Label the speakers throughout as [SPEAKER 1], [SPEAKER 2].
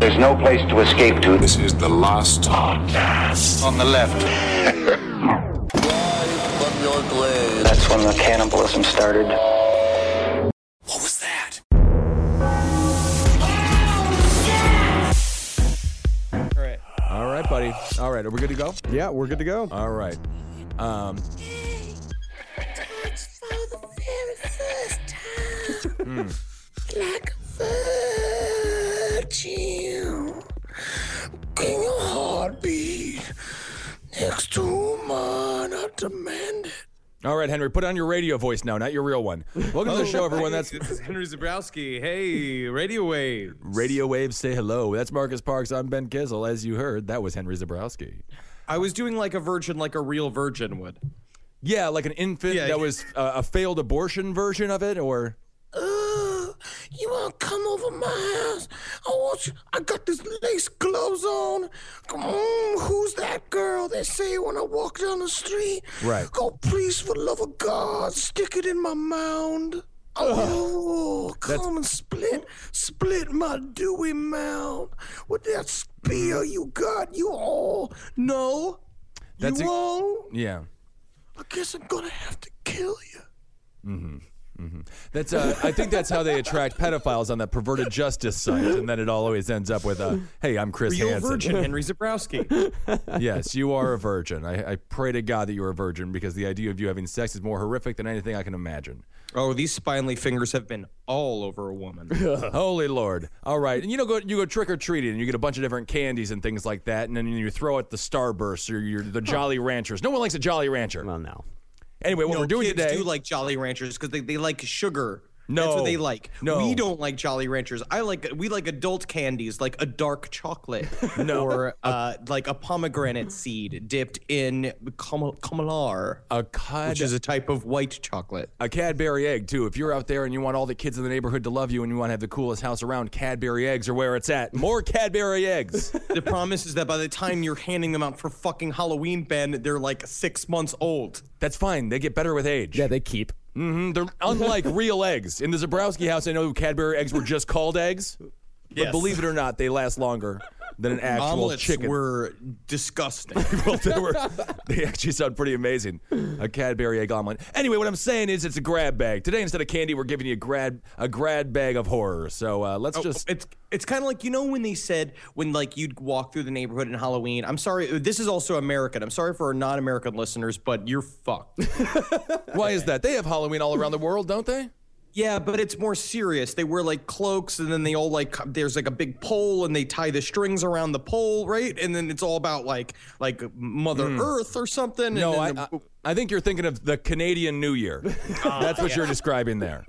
[SPEAKER 1] There's no place to escape to.
[SPEAKER 2] This is the last
[SPEAKER 1] podcast. On the left. That's when the cannibalism started. What was that?
[SPEAKER 3] All right, buddy. All right, are we good to go?
[SPEAKER 4] Yeah, we're good to go.
[SPEAKER 3] All right. Um, mm.
[SPEAKER 5] Like a virgin in a heartbeat next to mine. I demand it.
[SPEAKER 3] all right, Henry, put on your radio voice now, not your real one. Welcome
[SPEAKER 4] Oh,
[SPEAKER 3] to the show, everyone. That's
[SPEAKER 6] this is Henry Zabrowski. Hey, Radio Wave.
[SPEAKER 3] Radio Waves Say Hello. That's Marcus Parks. I'm Ben Kizel. As you heard, that was Henry Zabrowski.
[SPEAKER 6] I was doing like a virgin, like a real virgin would.
[SPEAKER 3] Yeah, like an infant
[SPEAKER 6] Yeah.
[SPEAKER 3] that was uh, a failed abortion version of it, or
[SPEAKER 5] You want to come over my house? I want you. I got this lace gloves on. Come on, who's that girl they say when I walk down the street?
[SPEAKER 3] Right.
[SPEAKER 5] Oh, please, for love of God, stick it in my mound. Oh, come and split, split my dewy mound with that spear you got. You all know.
[SPEAKER 3] That's
[SPEAKER 5] you
[SPEAKER 3] a-
[SPEAKER 5] all.
[SPEAKER 3] yeah.
[SPEAKER 5] I guess I'm gonna have to kill you.
[SPEAKER 3] Mm-hmm. Mm-hmm. That's uh, I think that's how they attract pedophiles on that perverted justice site, and then it always ends up with, uh, "Hey, I'm Chris
[SPEAKER 6] Real
[SPEAKER 3] Hansen."
[SPEAKER 6] virgin, Henry Zabrowski.
[SPEAKER 3] yes, you are a virgin. I, I pray to God that you're a virgin because the idea of you having sex is more horrific than anything I can imagine.
[SPEAKER 6] Oh, these spindly fingers have been all over a woman.
[SPEAKER 3] Holy Lord! All right, and you know, go you go trick or treating, and you get a bunch of different candies and things like that, and then you throw at the Starburst or your the Jolly Ranchers. No one likes a Jolly Rancher.
[SPEAKER 4] Well, no.
[SPEAKER 3] Anyway, what
[SPEAKER 6] no,
[SPEAKER 3] we're doing
[SPEAKER 6] kids
[SPEAKER 3] today?
[SPEAKER 6] do like Jolly Ranchers because they, they like sugar. That's
[SPEAKER 3] No.
[SPEAKER 6] what they like.
[SPEAKER 3] No.
[SPEAKER 6] We don't like Jolly Ranchers. I like we like adult candies, like a dark chocolate,
[SPEAKER 3] No.
[SPEAKER 6] or uh, like a pomegranate seed dipped in camal- kamalar,
[SPEAKER 3] a cod,
[SPEAKER 6] which is a type of white chocolate.
[SPEAKER 3] a Cadbury egg too. If you're out there and you want all the kids in the neighborhood to love you and you want to have the coolest house around, Cadbury eggs are where it's at. More Cadbury eggs.
[SPEAKER 6] The promise is that by the time you're handing them out for fucking Halloween, Ben, they're like six months old.
[SPEAKER 3] That's fine. They get better with age.
[SPEAKER 4] Yeah, they keep.
[SPEAKER 3] hmm They're unlike real eggs. In the Zabrowski house, I know Cadbury eggs were just called eggs, but
[SPEAKER 6] Yes.
[SPEAKER 3] believe it or not, they last longer than an actual
[SPEAKER 6] Omelets
[SPEAKER 3] chicken.
[SPEAKER 6] were disgusting.
[SPEAKER 3] well, they, were, they actually sound pretty amazing. A Cadbury egg omelet. Anyway, what I'm saying is it's a grab bag. Today, instead of candy, we're giving you a grad, a grad bag of horror. So uh, let's just.
[SPEAKER 6] Oh, it's it's kind of like you know when they said when like you'd walk through the neighborhood in Halloween. I'm sorry, this is also American. I'm sorry for our non-American listeners, but you're fucked.
[SPEAKER 3] Why is that? They have Halloween all around the world, don't they?
[SPEAKER 6] yeah, but it's more serious. They wear like cloaks, and then they all like there's like a big pole, and they tie the strings around the pole, right? And then it's all about like like Mother Earth or something.
[SPEAKER 3] Mm. No, I,
[SPEAKER 6] and then
[SPEAKER 3] I, I think you're thinking of the Canadian New Year. That's what you're describing there.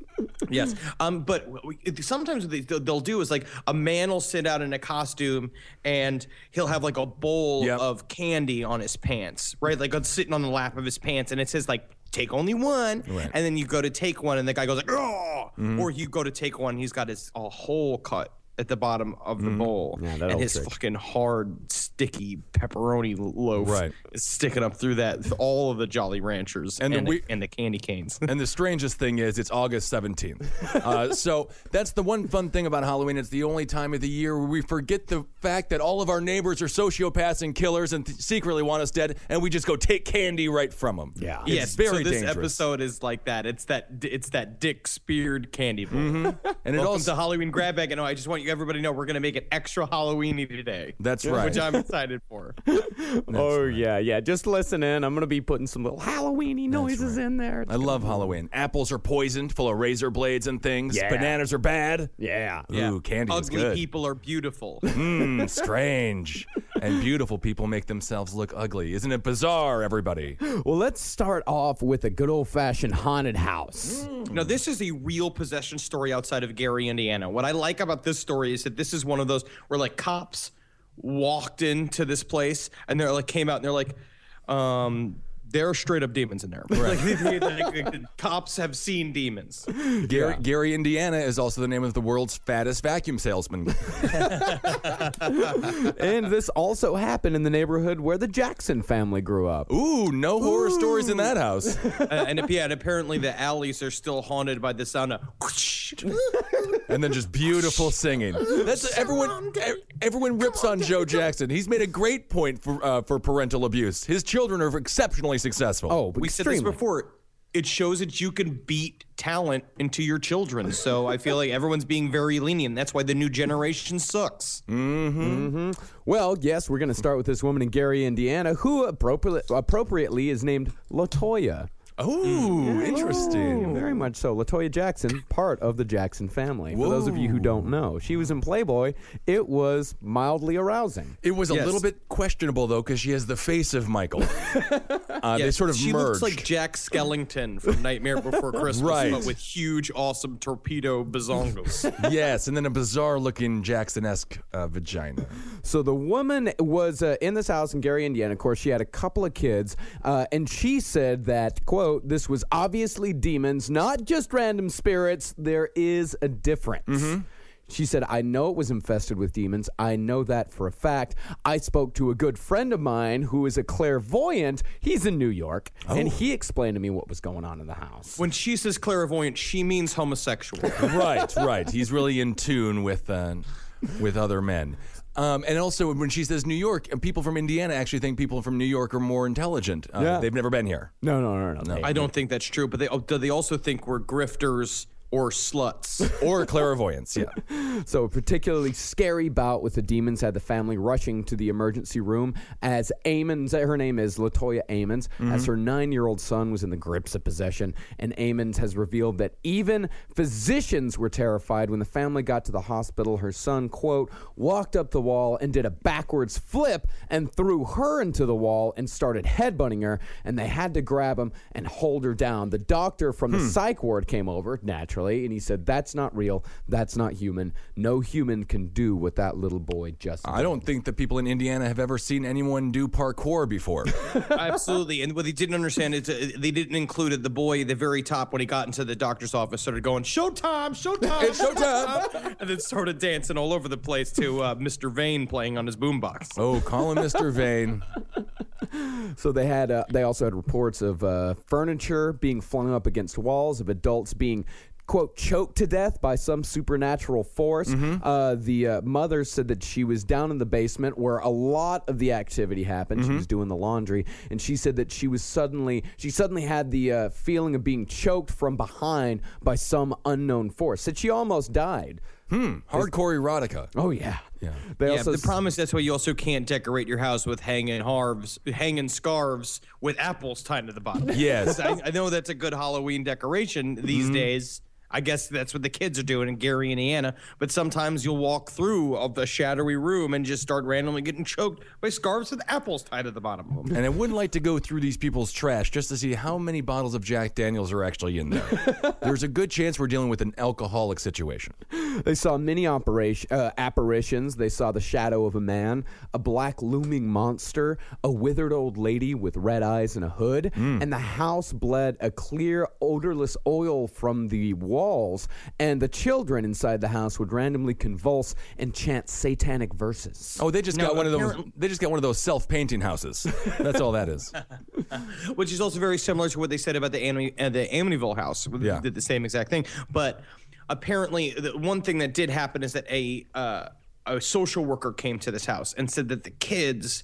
[SPEAKER 6] Yes. Um, but w- w- it- sometimes what they, they'll they'll do is like a man will sit out in a costume and he'll have like a bowl
[SPEAKER 3] Yep.
[SPEAKER 6] of candy on his pants, right? Like it's sitting on the lap of his pants and it says like, take only one.
[SPEAKER 3] Right. Mm-hmm.
[SPEAKER 6] And then you go to take one and the guy goes like, oh, or you go to take one. He's got his a hole cut at the bottom of
[SPEAKER 3] Mm-hmm.
[SPEAKER 6] the bowl
[SPEAKER 4] Yeah, that
[SPEAKER 6] and
[SPEAKER 4] old
[SPEAKER 6] his
[SPEAKER 4] trick.
[SPEAKER 6] fucking hard, sticky pepperoni l- loaf
[SPEAKER 3] Right.
[SPEAKER 6] is sticking up through that, all of the Jolly Ranchers
[SPEAKER 3] And
[SPEAKER 6] and,
[SPEAKER 3] the
[SPEAKER 6] the,
[SPEAKER 3] we-
[SPEAKER 6] and the candy canes.
[SPEAKER 3] And the strangest thing is, it's August 17th. Uh, so that's the one fun thing about Halloween. It's the only time of the year where we forget the fact that all of our neighbors are sociopaths and killers and th- secretly want us dead, and we just go take candy right from them.
[SPEAKER 4] Yeah.
[SPEAKER 3] It's
[SPEAKER 6] yes,
[SPEAKER 3] very
[SPEAKER 6] so this
[SPEAKER 3] dangerous.
[SPEAKER 6] episode is like that. It's that it's that dick speared candy bowl.
[SPEAKER 3] and Mm-hmm. it
[SPEAKER 6] Welcome
[SPEAKER 3] also.
[SPEAKER 6] to Halloween grab bag, and I just want you everybody to know we're gonna make it extra Halloweeny today.
[SPEAKER 3] That's right.
[SPEAKER 6] which I'm excited for.
[SPEAKER 4] oh yeah, yeah. Just listen in. I'm gonna be putting some little Halloweeny noises in there. It's
[SPEAKER 3] I love Halloween. Apples are poisoned, full of razor blades and things.
[SPEAKER 4] Yeah.
[SPEAKER 3] Bananas are bad.
[SPEAKER 4] gonna- yeah.
[SPEAKER 3] Ooh, candy is
[SPEAKER 6] Ugly
[SPEAKER 3] good.
[SPEAKER 6] people are beautiful.
[SPEAKER 3] Mm, Hmm, strange. and beautiful people make themselves look ugly. Isn't it bizarre, everybody?
[SPEAKER 4] Well, let's start off with a good old fashioned haunted house.
[SPEAKER 6] Now, this is a real possession story outside of Gary, Indiana. What I like about this story is that this is one of those where like cops walked into this place and they're like came out and they're like, um, there are straight up demons in there. Like, they- they- like, the cops have seen demons.
[SPEAKER 3] Gary, Gary, Indiana is also the name of the world's fattest vacuum salesman.
[SPEAKER 4] and this also happened in the neighborhood where the Jackson family grew up.
[SPEAKER 3] Ooh, no horror stories in that house.
[SPEAKER 6] Uh, and if- yeah, and apparently the alleys are still haunted by the sound of.
[SPEAKER 3] And then just beautiful singing. That's everyone. e- Everyone rips on Joe Jackson. He's made a great point for uh, for parental abuse. His children are exceptionally successful.
[SPEAKER 4] Oh,
[SPEAKER 6] We said this
[SPEAKER 4] extremely.
[SPEAKER 6] before. It shows that you can beat talent into your children. So I feel like everyone's being very lenient. That's why the new generation sucks.
[SPEAKER 3] Mm,
[SPEAKER 4] Well, yes, we're going to start with this woman in Gary, Indiana, who appropriately, appropriately is named Latoya. Oh.
[SPEAKER 3] Ooh,
[SPEAKER 6] mm.
[SPEAKER 3] interesting.
[SPEAKER 6] Oh.
[SPEAKER 4] Very much so. Latoya Jackson, part of the Jackson family. For those of you who don't know, she was in Playboy. It was mildly arousing.
[SPEAKER 3] It was a little bit questionable though, because she has the face of Michael. uh, they
[SPEAKER 6] Yeah,
[SPEAKER 3] sort of
[SPEAKER 6] she
[SPEAKER 3] merged.
[SPEAKER 6] looks like Jack Skellington from Nightmare Before Christmas,
[SPEAKER 3] Right.
[SPEAKER 6] but with huge, awesome torpedo bazongos.
[SPEAKER 3] yes, and then a bizarre-looking Jackson-esque uh, vagina.
[SPEAKER 4] So the woman was uh, in this house in Gary, Indiana. Of course, she had a couple of kids, uh, and she said that quote: "This was obviously demons, not just random spirits. There is a difference." She said, I know it was infested with demons. I know that for a fact. I spoke to a good friend of mine who is a clairvoyant. He's in New York. And he explained to me what was going on in the house.
[SPEAKER 6] when she says clairvoyant, she means homosexual.
[SPEAKER 3] right, right. He's really in tune with uh, with other men. Um, and also, when she says New York, and people from Indiana actually think people from New York are more intelligent. Uh,
[SPEAKER 4] Yeah.
[SPEAKER 3] They've never been here.
[SPEAKER 4] No, no, no, no. no.
[SPEAKER 6] I don't think that's true, but they, oh, do they also think we're grifters or sluts.
[SPEAKER 3] Or clairvoyance, yeah.
[SPEAKER 4] So, a particularly scary bout with the demons had the family rushing to the emergency room as Amons, her name is Latoya Amons, as her nine year old son was in the grips of possession. And Amons has revealed that even physicians were terrified when the family got to the hospital. Her son, quote, walked up the wall and did a backwards flip and threw her into the wall and started headbutting her. And they had to grab him and hold her down. The doctor from the psych ward came over, naturally, and he said, That's not real. That's not human. No human can do what that little boy just
[SPEAKER 3] I don't think that people in Indiana have ever seen anyone do parkour before.
[SPEAKER 6] Absolutely. And what they didn't understand is uh, they didn't include it. The boy at the very top, when he got into the doctor's office, started going, Showtime, Showtime,
[SPEAKER 3] It's showtime."
[SPEAKER 6] And then started dancing all over the place to uh, Mr. Vane playing on his boombox.
[SPEAKER 3] oh, call him Mr. Vane.
[SPEAKER 4] So they had. Uh, they also had reports of uh, furniture being flung up against walls, of adults being. Quote, choked to death by some supernatural force. Uh, the uh, mother said that she was down in the basement where a lot of the activity happened. She was doing the laundry, and she said that she was suddenly, she suddenly had the uh, feeling of being choked from behind by some unknown force. Said she almost died.
[SPEAKER 3] Hardcore erotica.
[SPEAKER 4] Oh yeah, yeah. They
[SPEAKER 6] Yeah,
[SPEAKER 4] also
[SPEAKER 6] but the
[SPEAKER 4] s-
[SPEAKER 6] problem is that's why you also can't decorate your house with hanging harves, hanging scarves with apples tied to the bottom.
[SPEAKER 3] Yes.
[SPEAKER 6] I, I know that's a good Halloween decoration these
[SPEAKER 4] Mm-hmm.
[SPEAKER 6] days. I guess that's what the kids are doing in Gary, Indiana. But sometimes you'll walk through of the shadowy room and just start randomly getting choked by scarves with apples tied to the bottom of them.
[SPEAKER 3] And I would like to go through these people's trash just to see how many bottles of Jack Daniels are actually in there. There's a good chance we're dealing with an alcoholic situation.
[SPEAKER 4] They saw many operation, uh, apparitions. They saw the shadow of a man, a black looming monster, a withered old lady with red eyes and a hood, and the house bled a clear, odorless oil from the walls. And the children inside the house would randomly convulse and chant satanic verses.
[SPEAKER 3] Oh, they just got one of those. They just got one of those self-painting houses. That's all that is.
[SPEAKER 6] which is also very similar to what they said about the Ami- uh, the Amityville house. They
[SPEAKER 3] Yeah.
[SPEAKER 6] Did the same exact thing, but apparently, the one thing that did happen is that a uh, a social worker came to this house and said that the kids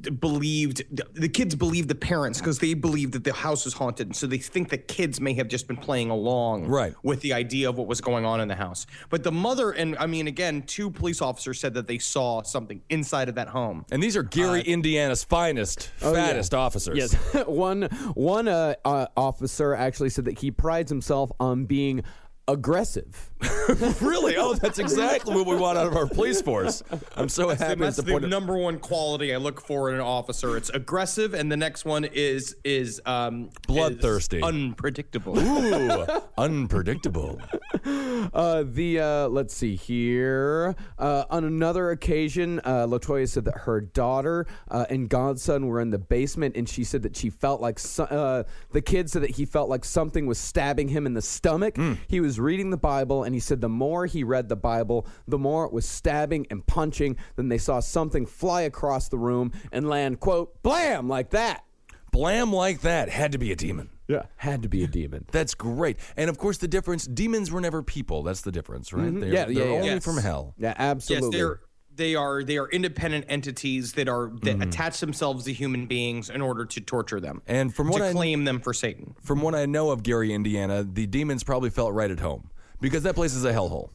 [SPEAKER 6] d- believed the kids believed the parents because they believed that the house was haunted and so they think the kids may have just been playing along
[SPEAKER 3] Right.
[SPEAKER 6] with the idea of what was going on in the house but the mother and i mean again two police officers said that they saw something inside of that home
[SPEAKER 3] And these are Gary,
[SPEAKER 6] Uh,
[SPEAKER 3] Indiana's finest,
[SPEAKER 6] oh,
[SPEAKER 3] fattest officers.
[SPEAKER 4] Yes, one one uh, uh, officer actually said that he prides himself on being aggressive.
[SPEAKER 3] really? Oh, that's exactly what we want out of our police force. I'm so happy. it's
[SPEAKER 6] That's the
[SPEAKER 3] appointed-
[SPEAKER 6] number one quality I look for in an officer. It's aggressive, and the next one is is um, is
[SPEAKER 3] Bloodthirsty.
[SPEAKER 6] unpredictable.
[SPEAKER 3] Ooh, unpredictable.
[SPEAKER 4] Uh, the uh, let's see here. Uh, on another occasion, uh, Latoya said that her daughter uh, and godson were in the basement, and she said that she felt like so- uh, the kid said that he felt like something was stabbing him in the stomach. He was reading the Bible, and he said the more he read the Bible, the more it was stabbing and punching. Then they saw something fly across the room and land quote blam like that.
[SPEAKER 3] Blam like that had to be a demon.
[SPEAKER 4] Yeah, had to be a demon.
[SPEAKER 3] That's great. And of course, the difference demons were never people. That's the difference, right? They're,
[SPEAKER 4] Mm-hmm. Yeah, yeah,
[SPEAKER 3] they're
[SPEAKER 4] yeah.
[SPEAKER 3] only
[SPEAKER 6] Yes.
[SPEAKER 3] from hell.
[SPEAKER 4] Yeah,
[SPEAKER 6] yes,
[SPEAKER 4] absolutely.
[SPEAKER 6] they're they are they are independent entities that are that
[SPEAKER 3] Mm-hmm.
[SPEAKER 6] attach themselves to human beings in order to torture them
[SPEAKER 3] And from
[SPEAKER 6] to
[SPEAKER 3] what I-
[SPEAKER 6] claim them for Satan.
[SPEAKER 3] From what I know of Gary, Indiana, the demons probably felt right at home because that place is a hellhole.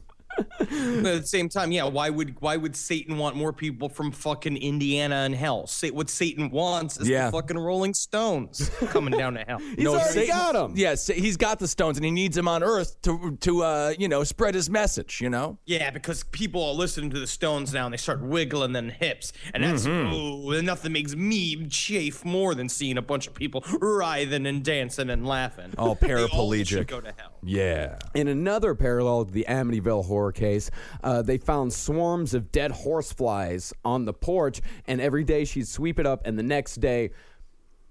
[SPEAKER 6] But at the same time, yeah, why would why would Satan want more people from fucking Indiana and hell? Sa- what Satan wants is
[SPEAKER 3] Yeah.
[SPEAKER 6] the fucking Rolling Stones coming down to hell.
[SPEAKER 4] He's already got 'em.
[SPEAKER 3] Yeah, Sa- he's got the stones, and he needs them on Earth to to uh, you know spread his message. You know,
[SPEAKER 6] Yeah, because people are listening to the Stones now and they start wiggling their hips. And that's, ooh, and nothing makes me chafe more than seeing a bunch of people writhing and dancing and laughing.
[SPEAKER 3] All
[SPEAKER 6] They all
[SPEAKER 3] Oh, paraplegic.
[SPEAKER 6] should go to hell.
[SPEAKER 3] yeah.
[SPEAKER 4] In another parallel to the Amityville horror case, uh, they found swarms of dead horseflies on the porch, and every day she'd sweep it up, and the next day,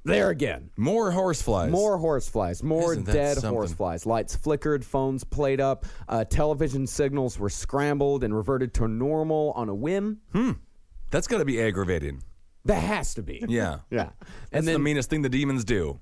[SPEAKER 4] there again.
[SPEAKER 3] More horseflies.
[SPEAKER 4] More horseflies, more
[SPEAKER 3] Isn't that
[SPEAKER 4] dead
[SPEAKER 3] something?
[SPEAKER 4] horseflies. Lights flickered, phones played up, uh, television signals were scrambled and reverted to normal on a whim.
[SPEAKER 3] Hmm. That's got to be aggravating.
[SPEAKER 4] That has to be.
[SPEAKER 3] Yeah.
[SPEAKER 4] Yeah.
[SPEAKER 3] That's the meanest thing the demons do.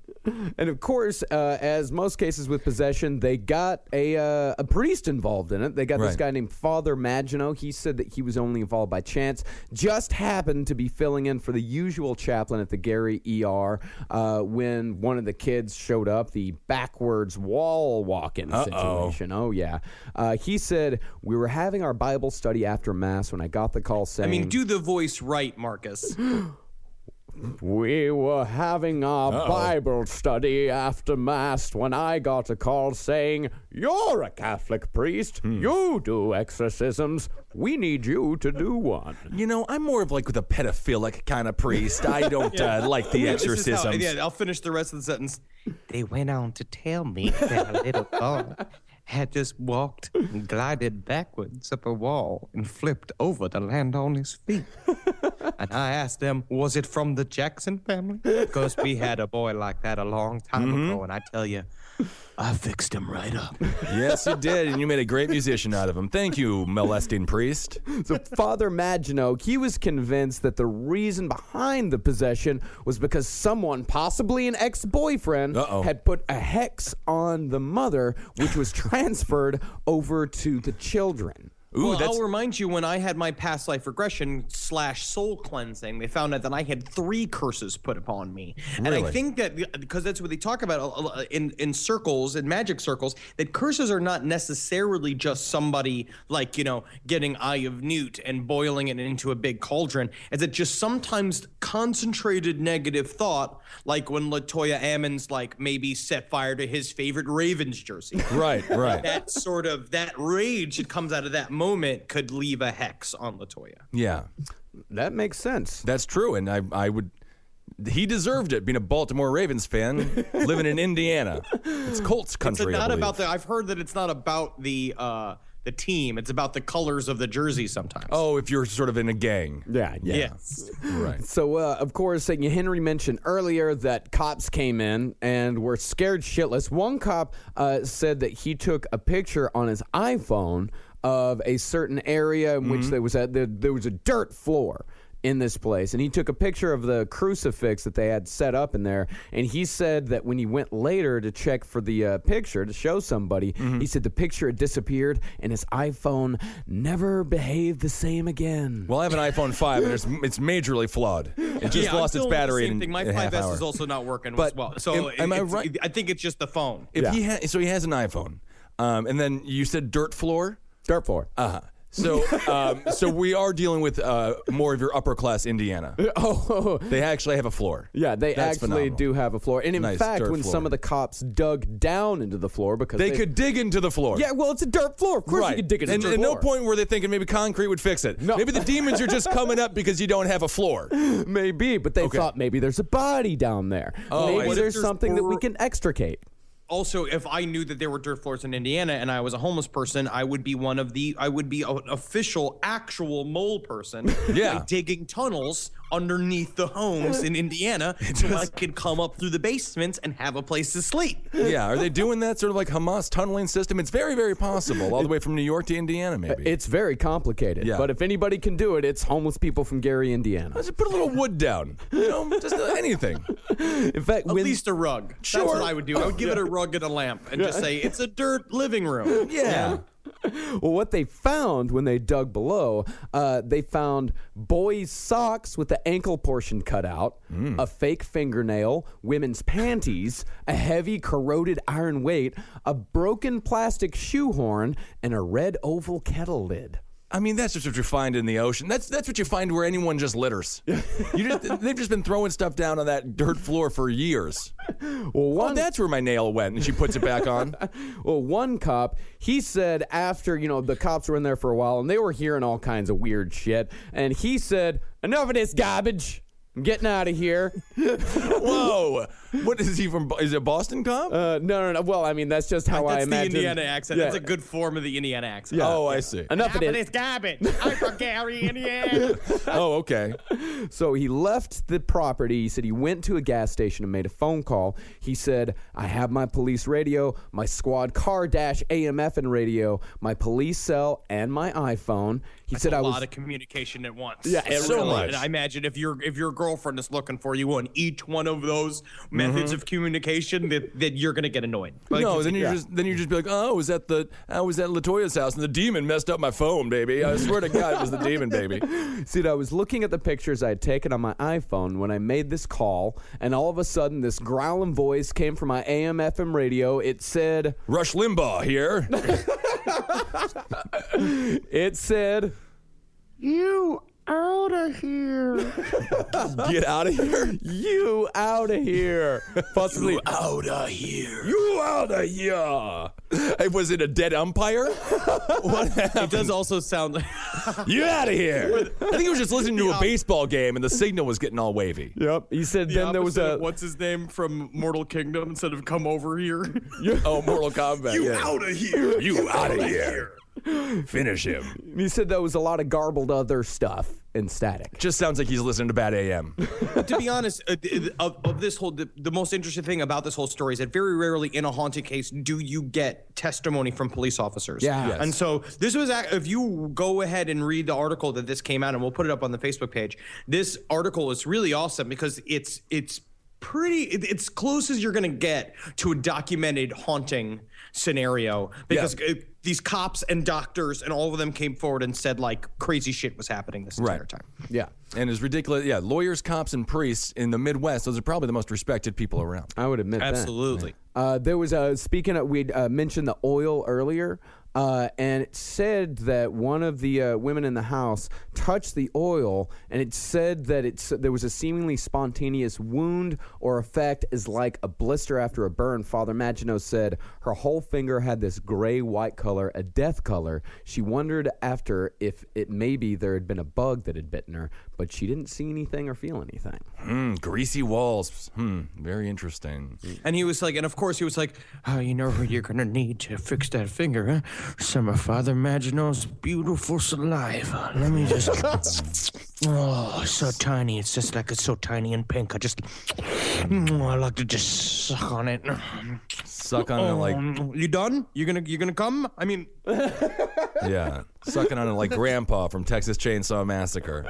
[SPEAKER 4] And of course, uh, as most cases with possession, they got a, uh, a priest involved in it. They got this
[SPEAKER 3] Right.
[SPEAKER 4] guy named Father Magino. He said that he was only involved by chance, just happened to be filling in for the usual chaplain at the Gary ER uh, when one of the kids showed up, the backwards wall walking situation. Oh, yeah. Uh, he said, We were having our Bible study after Mass when I got the call saying,
[SPEAKER 6] I mean, do the voice right, Marcus.
[SPEAKER 4] We were having our Bible study after Mass when I got a call saying, You're a Catholic priest. You do exorcisms. We need you to do one.
[SPEAKER 3] You know, I'm more of like with a pedophilic kind of priest. I don't uh, like the
[SPEAKER 6] This is how-
[SPEAKER 3] exorcisms.
[SPEAKER 6] yeah, I'll finish the rest of the sentence.
[SPEAKER 2] They went on to tell me that a little boy had just walked and glided backwards up a wall and flipped over to land on his feet. And I asked them, was it from the Jackson family? Because we had a boy like that a long time
[SPEAKER 3] Mm-hmm.
[SPEAKER 2] ago, and I tell you, I fixed him right up.
[SPEAKER 3] yes, you did, and you made a great musician out of him. Thank you, molesting priest.
[SPEAKER 4] So, Father Magino, he was convinced that the reason behind the possession was because someone, possibly an ex boyfriend,
[SPEAKER 3] Uh-oh.
[SPEAKER 4] had put a hex on the mother, which was transferred over to the children.
[SPEAKER 3] Ooh,
[SPEAKER 6] well,
[SPEAKER 3] that's
[SPEAKER 6] I'll remind you when I had my past life regression slash soul cleansing, they found out that I had three curses put upon me, and I
[SPEAKER 3] Really?
[SPEAKER 6] think that because that's what they talk about a- a- in in circles in magic circles that curses are not necessarily just somebody like you know getting eye of newt and boiling it into a big cauldron. Is it just sometimes concentrated negative thought, like when Latoya Ammons like maybe set fire to his favorite Ravens jersey,
[SPEAKER 3] right, right.
[SPEAKER 6] that sort of that rage that comes out of that moment could leave a hex on Latoya.
[SPEAKER 3] Yeah,
[SPEAKER 4] That makes sense.
[SPEAKER 3] that's true, and I, I would. He deserved it, being a Baltimore Ravens fan, living in Indiana. It's Colts
[SPEAKER 6] It's
[SPEAKER 3] country. I
[SPEAKER 6] not
[SPEAKER 3] believe.
[SPEAKER 6] about the. I've heard that it's not about the uh, the team. It's about the colors of the jersey sometimes.
[SPEAKER 3] Oh, if you're sort of in a gang,
[SPEAKER 4] Yeah, yeah.
[SPEAKER 6] yes.
[SPEAKER 3] right?
[SPEAKER 4] So, uh, of course, uh, Henry mentioned earlier that cops came in and were scared shitless. One cop uh, said that he took a picture on his iPhone of a certain area in which there was a there, there was a dirt floor in this place, and he took a picture of the crucifix that they had set up in there. And he said that when he went later to check for the uh, picture to show somebody, he said the picture had disappeared, and his iPhone never behaved the same again.
[SPEAKER 3] Well, I have an iPhone five, and it's it's majorly flawed. It just
[SPEAKER 6] Yeah, I'm
[SPEAKER 3] lost
[SPEAKER 6] still
[SPEAKER 3] its
[SPEAKER 6] on the
[SPEAKER 3] battery
[SPEAKER 6] same
[SPEAKER 3] in
[SPEAKER 6] thing. My
[SPEAKER 3] a half
[SPEAKER 6] 5S is
[SPEAKER 3] hour.
[SPEAKER 6] also not working
[SPEAKER 3] But
[SPEAKER 6] as well.
[SPEAKER 3] am-
[SPEAKER 6] So
[SPEAKER 3] am I
[SPEAKER 6] it's-
[SPEAKER 3] right-
[SPEAKER 6] I think it's just the phone.
[SPEAKER 3] If he ha- so he has an iPhone, um, and then you said dirt floor.
[SPEAKER 4] Dirt floor.
[SPEAKER 3] Uh huh. So, um, so we are dealing with uh, more of your upper class Indiana.
[SPEAKER 4] Oh,
[SPEAKER 3] They actually have a floor.
[SPEAKER 4] yeah, they
[SPEAKER 3] That's
[SPEAKER 4] actually
[SPEAKER 3] phenomenal.
[SPEAKER 4] do have a floor. And in
[SPEAKER 3] Nice
[SPEAKER 4] fact,
[SPEAKER 3] dirt
[SPEAKER 4] when
[SPEAKER 3] floor.
[SPEAKER 4] some of the cops dug down into the floor because
[SPEAKER 3] They could dig into the floor.
[SPEAKER 4] Yeah, well, it's a dirt floor. Of course
[SPEAKER 3] right.
[SPEAKER 4] you could dig into
[SPEAKER 3] and
[SPEAKER 4] the
[SPEAKER 3] at
[SPEAKER 4] floor.
[SPEAKER 3] no point were they thinking maybe concrete would fix it.
[SPEAKER 4] No.
[SPEAKER 3] Maybe the demons are just coming up because you don't have a floor.
[SPEAKER 4] Maybe, but they thought maybe there's a body down there.
[SPEAKER 3] Oh, I
[SPEAKER 4] maybe
[SPEAKER 3] see.
[SPEAKER 4] there's
[SPEAKER 6] There's
[SPEAKER 4] something that we
[SPEAKER 6] br-
[SPEAKER 4] can extricate.
[SPEAKER 6] also if i knew that there were dirt floors in indiana and i was a homeless person i would be one of the i would be an official actual mole person
[SPEAKER 3] Yeah.
[SPEAKER 6] by digging tunnels underneath the homes in indiana so i could come up through the basements and have a place to sleep
[SPEAKER 3] Yeah, are they doing that sort of like Hamas tunneling system? It's very, very possible, all the way from New York to Indiana, maybe.
[SPEAKER 4] It's very complicated.
[SPEAKER 3] Yeah.
[SPEAKER 4] But if anybody can do it, it's homeless people from Gary, Indiana.
[SPEAKER 3] just put a little wood down, you know, just uh, anything.
[SPEAKER 4] In fact,
[SPEAKER 6] at
[SPEAKER 4] when,
[SPEAKER 6] least a rug that's
[SPEAKER 3] Sure.
[SPEAKER 6] what i would do i would give it a rug and a lamp and just say it's a dirt living room
[SPEAKER 3] Yeah.
[SPEAKER 4] well, what they found when they dug below, uh, they found boys' socks with the ankle portion cut out, a fake fingernail, women's panties, a heavy corroded iron weight, a broken plastic shoehorn, and a red oval kettle lid.
[SPEAKER 3] I mean, that's just what you find in the ocean. That's that's what you find where anyone just litters. You just, they've just been throwing stuff down on that dirt floor for years.
[SPEAKER 4] Well,
[SPEAKER 3] Oh,
[SPEAKER 4] one
[SPEAKER 3] that's where my nail went, and she puts it back on.
[SPEAKER 4] Well, one cop, he said after, you know, the cops were in there for a while and they were hearing all kinds of weird shit. And he said, enough of this garbage. I'm getting out of here.
[SPEAKER 3] Whoa! What is he from? Bo- Is it Boston cop?
[SPEAKER 4] Uh, no, no, no. Well, I mean, that's just how I
[SPEAKER 6] that's the
[SPEAKER 4] imagine.
[SPEAKER 6] indiana accent
[SPEAKER 4] Yeah.
[SPEAKER 6] that's a good form of the indiana accent
[SPEAKER 3] oh, I see.
[SPEAKER 4] Enough of
[SPEAKER 6] Happened
[SPEAKER 4] this.
[SPEAKER 6] is garbage. I'm from Gary, Indiana.
[SPEAKER 3] Oh, okay.
[SPEAKER 4] So he left the property. He said he went to a gas station and made a phone call. He said, I have my police radio, my squad car dash AMF and radio, my police cell, and my iPhone. He said
[SPEAKER 6] a
[SPEAKER 4] I was.
[SPEAKER 6] lot of communication at once.
[SPEAKER 4] Yeah, it
[SPEAKER 3] So really much. is.
[SPEAKER 6] And I imagine if your if your girlfriend is looking for you on each one of those
[SPEAKER 4] Mm-hmm.
[SPEAKER 6] methods of communication, that, that you're gonna get annoyed. Like,
[SPEAKER 3] no, then you just then you just be like, oh, was that the I was at Latoya's house and the demon messed up my phone, baby. I swear to God, it was the demon, baby.
[SPEAKER 4] See, I was looking at the pictures I had taken on my iPhone when I made this call, and all of a sudden, this growling voice came from my AM/FM radio. It said,
[SPEAKER 3] Rush Limbaugh here.
[SPEAKER 4] "It said,
[SPEAKER 5] You out of here.
[SPEAKER 3] Get out of here.
[SPEAKER 4] you out of here." Possibly,
[SPEAKER 5] out of here.
[SPEAKER 3] You out of here. Hey, was it a dead umpire? what
[SPEAKER 6] it
[SPEAKER 3] happened?
[SPEAKER 6] does also sound like
[SPEAKER 3] You out of here. I think he was just listening to a baseball game and the signal was getting all wavy.
[SPEAKER 4] yep. He said. then there was a.
[SPEAKER 6] what's his name from Mortal Kingdom instead of come over here.
[SPEAKER 3] Oh, Mortal Kombat. You
[SPEAKER 5] Out of here.
[SPEAKER 3] You out of here. Finish him.
[SPEAKER 4] He said there was a lot of garbled other stuff and static.
[SPEAKER 3] Just sounds like he's listening to Bad AM.
[SPEAKER 6] to be honest, uh, th- th- of, of this whole, the, the most interesting thing about this whole story is that very rarely in a haunted case do you get testimony from police officers.
[SPEAKER 4] Yeah. Yes.
[SPEAKER 6] And so this was, ac- if you go ahead and read the article that this came out, and we'll put it up on the Facebook page. This article is really awesome because it's it's pretty, it, it's close as you're gonna get to a documented haunting scenario because. uh these cops and doctors and all of them came forward and said like crazy shit was happening this entire
[SPEAKER 3] Right.
[SPEAKER 6] time.
[SPEAKER 4] Yeah.
[SPEAKER 3] And it's ridiculous. Yeah, lawyers, cops, and priests in the Midwest, those are probably the most respected people around.
[SPEAKER 4] I would admit that.
[SPEAKER 6] Absolutely.
[SPEAKER 4] Uh, there was a speaking of we uh, mentioned the oil earlier, uh, and it said that one of the uh, women in the house touched the oil, and it said that it's there was a seemingly spontaneous wound or effect is like a blister after a burn. Father Magino said her whole finger had this gray white color, a death color. She wondered after if it maybe there had been a bug that had bitten her, but she didn't see anything or feel anything.
[SPEAKER 3] Hmm, greasy walls. Hmm, very interesting.
[SPEAKER 6] And he was like, and of course he was like, oh, you know what you're gonna need to fix that finger, huh? Some of Father Maginot's beautiful saliva. Let me just. oh, so tiny. It's just like it's so tiny and pink. I just. I like to just suck on it.
[SPEAKER 3] Suck on it like,
[SPEAKER 6] you done? You gonna you gonna come? I mean,
[SPEAKER 3] yeah, sucking on it like Grandpa from Texas Chainsaw Massacre.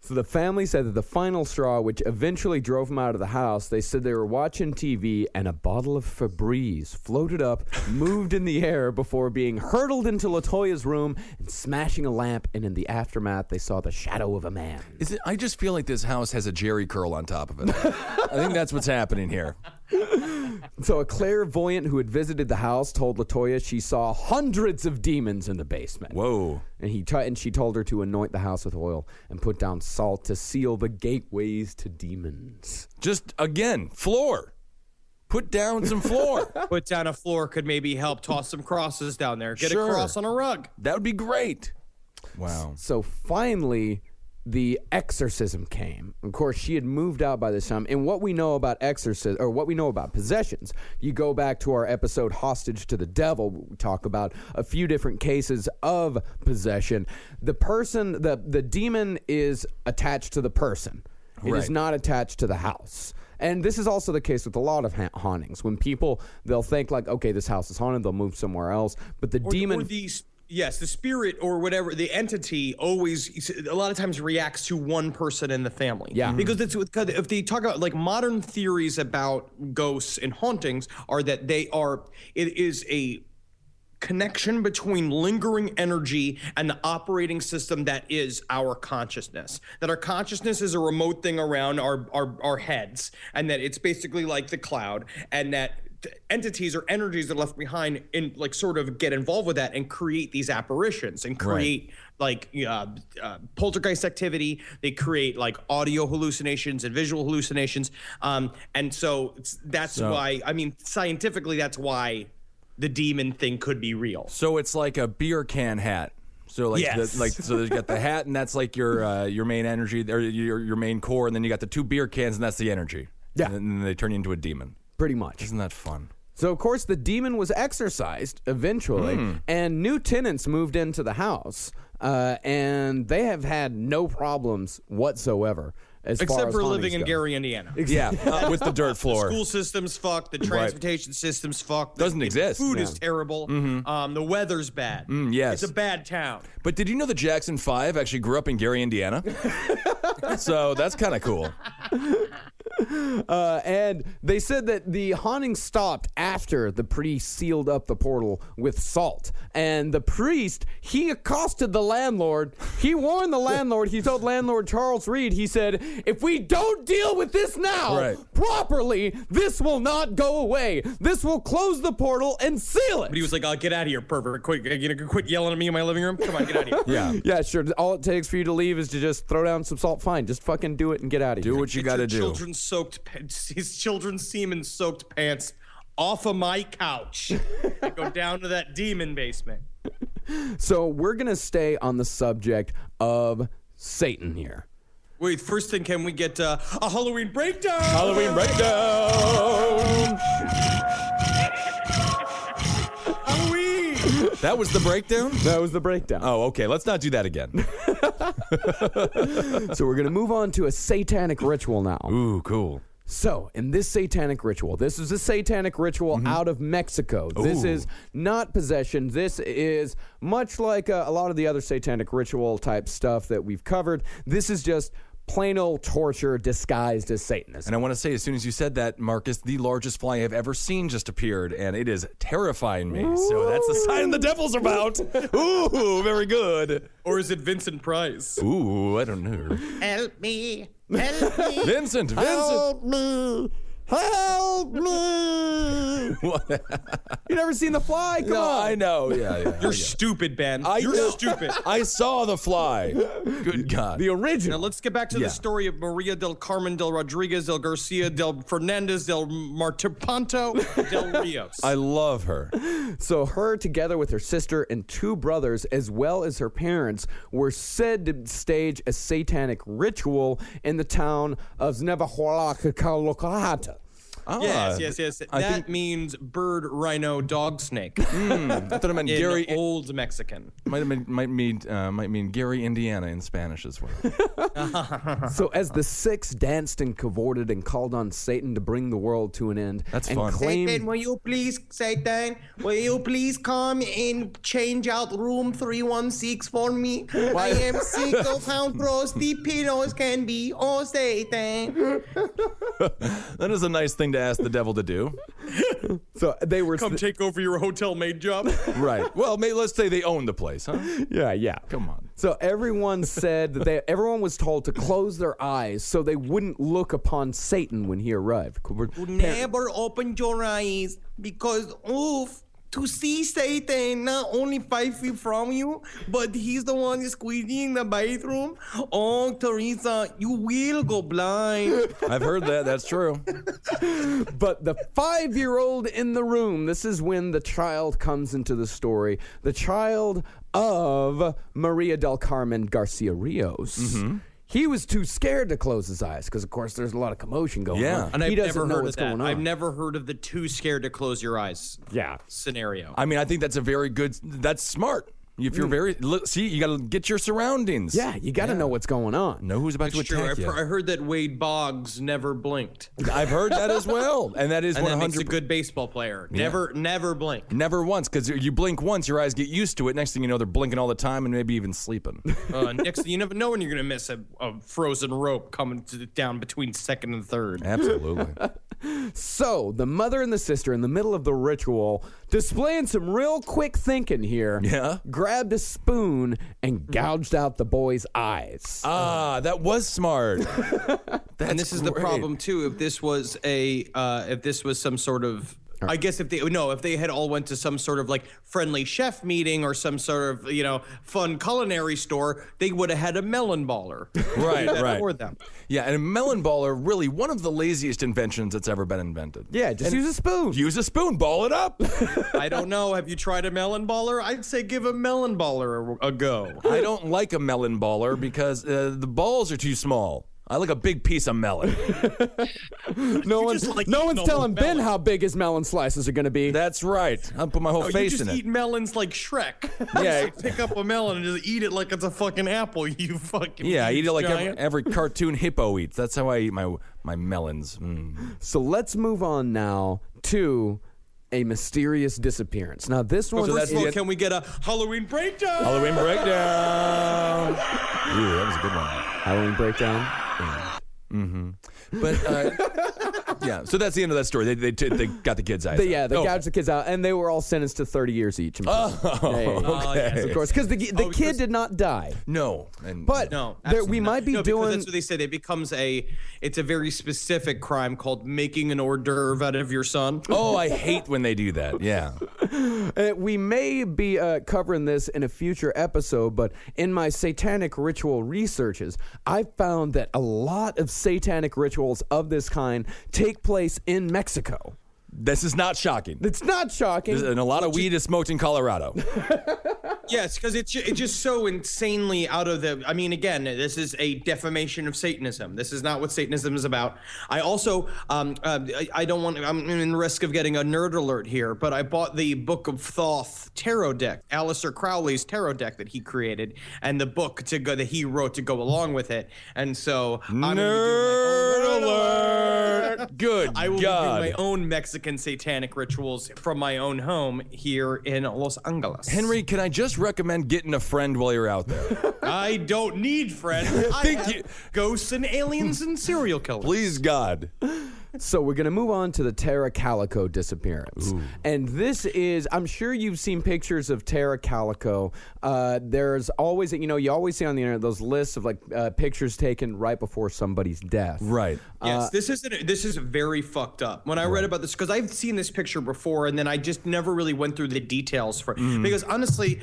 [SPEAKER 4] So the family said that the final straw, which eventually drove them out of the house, they said they were watching TV and a bottle of Febreze floated up, moved in the air before being hurtled into Latoya's room and smashing a lamp. And in the aftermath, they saw the shadow of a man.
[SPEAKER 3] Is it, I just feel like this house has a jerry curl on top of it. I think that's what's happening here.
[SPEAKER 4] So a clairvoyant who had visited the house told Latoya she saw hundreds of demons in the basement.
[SPEAKER 3] Whoa.
[SPEAKER 4] And he t- and she told her to anoint the house with oil and put down salt to seal the gateways to demons.
[SPEAKER 3] Just again, floor. Put down some floor.
[SPEAKER 6] Put down a floor could maybe help toss some crosses down there. Get
[SPEAKER 3] Sure.
[SPEAKER 6] a cross on a rug.
[SPEAKER 3] that would be great. Wow.
[SPEAKER 4] So finally, the exorcism came. Of course, she had moved out by this time. And what we know about exorcism, or what we know about possessions, you go back to our episode "Hostage to the Devil." We talk about a few different cases of possession. The person, the the demon, is attached to the person. It is
[SPEAKER 3] Right.
[SPEAKER 4] not attached to the house. And this is also the case with a lot of ha- hauntings. When people they'll think like, okay, this house is haunted, they'll move somewhere else. But the
[SPEAKER 6] Or-
[SPEAKER 4] demon
[SPEAKER 6] Or the, s- yes, the spirit or whatever, the entity always, a lot of times reacts to one person in the family.
[SPEAKER 4] Yeah. Mhm.
[SPEAKER 6] Because it's, because if they talk about like modern theories about ghosts and hauntings are that they are, it is a connection between lingering energy and the operating system that is our consciousness that our consciousness is a remote thing around our our, our heads and that it's basically like the cloud and that th- entities or energies that are left behind and like sort of get involved with that and create these apparitions and create like uh, uh, poltergeist activity they create like audio hallucinations and visual hallucinations um, and so it's, that's why i mean scientifically that's why the demon thing could be real.
[SPEAKER 3] So it's like a beer can hat. So like
[SPEAKER 6] Yes.
[SPEAKER 3] the, like so you got the hat and that's like your uh, your main energy or your your main core and then you got the two beer cans and that's the energy.
[SPEAKER 4] Yeah.
[SPEAKER 3] And then they turn you into a demon.
[SPEAKER 4] pretty much.
[SPEAKER 3] Isn't that fun?
[SPEAKER 4] So, of course, the demon was exorcised eventually,
[SPEAKER 6] Hmm.
[SPEAKER 4] and new tenants moved into the house, uh, and they have had no problems whatsoever. As far
[SPEAKER 6] Except
[SPEAKER 4] as
[SPEAKER 6] for
[SPEAKER 4] hauntings
[SPEAKER 6] living in
[SPEAKER 4] go.
[SPEAKER 6] Gary, Indiana.
[SPEAKER 3] Yeah, uh, with the dirt floor.
[SPEAKER 6] School system's fucked. The transportation system's fucked.
[SPEAKER 3] Doesn't
[SPEAKER 6] the,
[SPEAKER 3] exist.
[SPEAKER 6] The food is terrible. Um, the weather's bad.
[SPEAKER 3] yes.
[SPEAKER 6] It's a bad town.
[SPEAKER 3] But did you know that Jackson 5 actually grew up in Gary, Indiana? so that's kind of cool.
[SPEAKER 4] Uh, and they said that the haunting stopped after the priest sealed up the portal with salt. And the priest, he accosted the landlord. He warned the landlord. He told landlord Charles Reed, he said, if we don't deal with this now
[SPEAKER 3] Right.
[SPEAKER 4] properly, this will not go away. This will close the portal and seal it.
[SPEAKER 6] But he was like, "I'll get out of here, pervert! Quick, uh, you know, quit yelling at me in my living room. Come on, get out of here."
[SPEAKER 3] Yeah.
[SPEAKER 4] Yeah, sure. All it takes for you to leave is to just throw down some salt. Fine, just fucking do it and get out of here.
[SPEAKER 3] Do what you
[SPEAKER 6] Get
[SPEAKER 3] got to
[SPEAKER 6] your
[SPEAKER 3] do.
[SPEAKER 6] Children's soaked, pa- his children's semen soaked pants off of my couch. and go down to that demon basement.
[SPEAKER 4] So we're gonna stay on the subject of Satan here.
[SPEAKER 6] Wait, first thing, can we get uh, a Halloween breakdown?
[SPEAKER 3] Halloween breakdown.
[SPEAKER 6] Halloween.
[SPEAKER 3] That was the breakdown?
[SPEAKER 4] That was the breakdown.
[SPEAKER 3] Oh, okay. Let's not do that again.
[SPEAKER 4] So we're gonna move on to a satanic ritual now.
[SPEAKER 3] Ooh, cool.
[SPEAKER 4] So, in this satanic ritual, this is a satanic ritual
[SPEAKER 3] Mm-hmm.
[SPEAKER 4] out of Mexico. This is not possession. This is much like uh, a lot of the other satanic ritual type stuff that we've covered. This is just plain old torture disguised as Satanism.
[SPEAKER 3] And I want to say, as soon as you said that, Marcus, the largest fly I've ever seen just appeared, and it is terrifying me. So that's the sign the devil's about. Ooh, very good.
[SPEAKER 6] Or is it Vincent Price?
[SPEAKER 3] Ooh, I don't know.
[SPEAKER 5] Help me. Help me.
[SPEAKER 3] Vincent, Vincent.
[SPEAKER 4] me! Help me! you never seen The Fly? Come
[SPEAKER 3] No,
[SPEAKER 4] on!
[SPEAKER 3] I know. Yeah, yeah.
[SPEAKER 6] You're stupid, Ben.
[SPEAKER 3] I
[SPEAKER 6] You're
[SPEAKER 3] know.
[SPEAKER 6] stupid.
[SPEAKER 3] I saw the fly. Good God.
[SPEAKER 4] The
[SPEAKER 6] Now
[SPEAKER 4] original.
[SPEAKER 6] let's get back to
[SPEAKER 3] Yeah.
[SPEAKER 6] the story of Maria del Carmen del Rodriguez del Garcia del Fernandez del Martipanto del Rios.
[SPEAKER 3] I love her.
[SPEAKER 4] So, her, together with her sister and two brothers, as well as her parents, were said to stage a satanic ritual in the town of Znevahorlakakalokalata.
[SPEAKER 3] Ah,
[SPEAKER 6] yes, yes, yes.
[SPEAKER 3] I
[SPEAKER 6] that
[SPEAKER 3] think
[SPEAKER 6] means bird, rhino, dog, snake.
[SPEAKER 3] I thought I meant
[SPEAKER 6] in
[SPEAKER 3] Gary.
[SPEAKER 6] old Mexican.
[SPEAKER 3] might, have been- might mean uh, might mean Gary, Indiana, in Spanish as well.
[SPEAKER 4] So, as the six danced and cavorted and called on Satan to bring the world to an end,
[SPEAKER 3] That's
[SPEAKER 4] and
[SPEAKER 3] fun.
[SPEAKER 4] claimed
[SPEAKER 6] will you please, Satan, will you please come and change out room 316 for me? I am sick of how gross the pillows can be, oh Satan.
[SPEAKER 3] that is a nice thing to ask the devil to do.
[SPEAKER 4] so they were
[SPEAKER 6] Come take over your hotel maid job.
[SPEAKER 3] Right. Well, may, let's say they own the place, huh?
[SPEAKER 4] yeah yeah
[SPEAKER 3] Come on.
[SPEAKER 4] So everyone said that they everyone was told to close their eyes so they wouldn't look upon Satan when he arrived.
[SPEAKER 6] Never open your eyes because oof. To see Satan not only five feet from you, but he's the one squeezing the bathroom. Oh, Teresa, you will go blind.
[SPEAKER 3] I've heard that. That's true.
[SPEAKER 4] But the five year old in the room, this is when the child comes into the story. The child of Maria del Carmen Garcia Rios. He was too scared to close his eyes because, of course, there's a lot of commotion going
[SPEAKER 3] Yeah.
[SPEAKER 4] on.
[SPEAKER 6] And
[SPEAKER 4] he
[SPEAKER 6] I've
[SPEAKER 4] doesn't
[SPEAKER 6] never
[SPEAKER 4] know
[SPEAKER 6] heard
[SPEAKER 4] what's
[SPEAKER 6] of that.
[SPEAKER 4] going on.
[SPEAKER 6] I've never heard of the too scared to close your eyes
[SPEAKER 4] yeah.
[SPEAKER 6] scenario.
[SPEAKER 3] I mean, I think that's a very good. That's smart. If you're very look, see, you got to get your surroundings.
[SPEAKER 4] Mm. Yeah, you got to know what's going on.
[SPEAKER 3] Know who's about
[SPEAKER 6] It's
[SPEAKER 3] to
[SPEAKER 6] true.
[SPEAKER 3] attack
[SPEAKER 6] I've, he- I
[SPEAKER 3] you.
[SPEAKER 6] heard that Wade Boggs never blinked.
[SPEAKER 3] I've heard that as well, and that is
[SPEAKER 6] And that
[SPEAKER 3] one
[SPEAKER 6] makes a
[SPEAKER 3] hundred.
[SPEAKER 6] good baseball player. Never, never blink.
[SPEAKER 3] Never once, because you blink once, your eyes get used to it. Next thing you know, they're blinking all the time and maybe even sleeping.
[SPEAKER 6] Uh, next, thing you never know when you're gonna miss a, a frozen rope coming to, down between second and third.
[SPEAKER 3] Absolutely.
[SPEAKER 4] So the mother and the sister in the middle of the ritual, displaying some real quick thinking here,
[SPEAKER 3] Yeah.
[SPEAKER 4] grabbed a spoon and gouged out the boy's eyes.
[SPEAKER 3] Ah, that was smart.
[SPEAKER 6] and this is the
[SPEAKER 3] great.
[SPEAKER 6] problem too. If this was a, uh, if this was some sort of, I guess if they no, if they had all went to some sort of like friendly chef meeting or some sort of you know fun culinary store, they would have had a melon baller.
[SPEAKER 3] Right,
[SPEAKER 6] That
[SPEAKER 3] right.
[SPEAKER 6] For them.
[SPEAKER 3] Yeah, and a melon ball are really one of the laziest inventions that's ever been invented.
[SPEAKER 4] yeah, just use a spoon.
[SPEAKER 3] Use a spoon, ball it up.
[SPEAKER 6] I don't know. Have you tried a melon baller? I'd say give a melon baller a, a go.
[SPEAKER 3] I don't like a melon baller because uh, the balls are too small. I like a big piece of melon.
[SPEAKER 4] no one's,
[SPEAKER 6] just like
[SPEAKER 4] no
[SPEAKER 6] eating
[SPEAKER 4] one's
[SPEAKER 6] a
[SPEAKER 4] telling
[SPEAKER 6] whole melon.
[SPEAKER 4] Ben how big his melon slices are going to be.
[SPEAKER 3] That's right. I'll put my whole
[SPEAKER 6] Oh, you
[SPEAKER 3] face
[SPEAKER 6] just
[SPEAKER 3] in it.
[SPEAKER 6] eat melons like Shrek.
[SPEAKER 3] Yeah.
[SPEAKER 6] You just pick up a melon and just eat it like it's a fucking apple. You fucking
[SPEAKER 3] yeah, I eat it like every,
[SPEAKER 6] giant.
[SPEAKER 3] every cartoon hippo eats. That's how I eat my my melons. Mm.
[SPEAKER 4] so let's move on now to a mysterious disappearance. Now this one,
[SPEAKER 3] that's
[SPEAKER 4] is-
[SPEAKER 3] the-
[SPEAKER 6] Well, can we get a Halloween breakdown?
[SPEAKER 3] Halloween breakdown. Ooh, that was a good one.
[SPEAKER 4] Halloween breakdown.
[SPEAKER 3] But uh, yeah, so that's the end of that story. They they, t- they got the kids' eyes.
[SPEAKER 4] But yeah, they
[SPEAKER 3] out. Oh.
[SPEAKER 4] gouged the kids out, and they were all sentenced to 30 years each. Oh, of course, because the, the kid
[SPEAKER 6] Oh, because-
[SPEAKER 4] did not die.
[SPEAKER 3] No, and,
[SPEAKER 4] But
[SPEAKER 6] No,
[SPEAKER 4] there-
[SPEAKER 6] absolutely
[SPEAKER 4] we
[SPEAKER 6] not.
[SPEAKER 4] might be
[SPEAKER 6] No, because
[SPEAKER 4] doing.
[SPEAKER 6] That's what they said. It becomes a. It's a very specific crime called making an hors d'oeuvre out of your son.
[SPEAKER 3] oh, I hate when they do that. Yeah,
[SPEAKER 4] Uh, we may be uh, covering this in a future episode, but in my satanic ritual researches, I found that a lot of satanic rituals of this kind take place in Mexico.
[SPEAKER 3] this is not shocking.
[SPEAKER 4] It's not shocking.
[SPEAKER 3] And a lot of weed is smoked in Colorado.
[SPEAKER 6] Yes, because it's ju- it's just so insanely out of the. I mean, again, this is a defamation of Satanism. This is not what Satanism is about. I also, um, uh, I, I don't want. I'm in risk of getting a nerd alert here, but I bought the Book of Thoth tarot deck, Aleister Crowley's tarot deck that he created, and the book to go that he wrote to go along with it. And so, I'm gonna do my own-
[SPEAKER 3] Nerd alert! Good
[SPEAKER 6] I will
[SPEAKER 3] God.
[SPEAKER 6] be doing my own Mexican satanic rituals from my own home here in Los Angeles.
[SPEAKER 3] Henry, can I just recommend getting a friend while you're out there?
[SPEAKER 6] I don't need friends. I
[SPEAKER 3] Think
[SPEAKER 6] have
[SPEAKER 3] you-
[SPEAKER 6] ghosts and aliens and serial killers.
[SPEAKER 3] Please, God.
[SPEAKER 4] So we're going to move on to the Tara Calico disappearance. And this is, I'm sure you've seen pictures of Tara Calico. Uh, there's always, you know, you always see on the internet those lists of like uh, pictures taken right before somebody's death.
[SPEAKER 3] Right.
[SPEAKER 6] Yes, this isn't. This is very fucked up. When I read about this, because I've seen this picture before, and then I just never really went through the details for. Because honestly, th-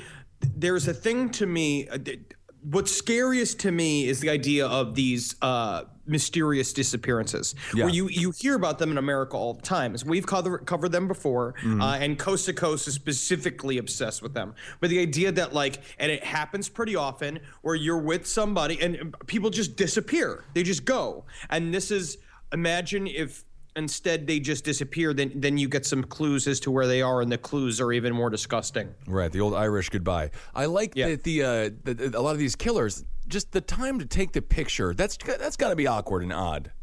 [SPEAKER 6] there's a thing to me. uh, th- What's scariest to me is the idea of these uh, mysterious disappearances,
[SPEAKER 3] Yeah.
[SPEAKER 6] where you you hear about them in America all the time. So we've cover, covered them before,
[SPEAKER 3] Mm-hmm.
[SPEAKER 6] uh, and Coast to Coast is specifically obsessed with them. But the idea that like, and it happens pretty often, where you're with somebody and people just disappear. They just go. And this is imagine if instead they just disappear. Then then you get some clues as to where they are, and the clues are even more disgusting.
[SPEAKER 3] Right, the old Irish goodbye. I like that the, uh, the, the- a lot of these killers just the time to take the picture. That's that's got to be awkward and odd.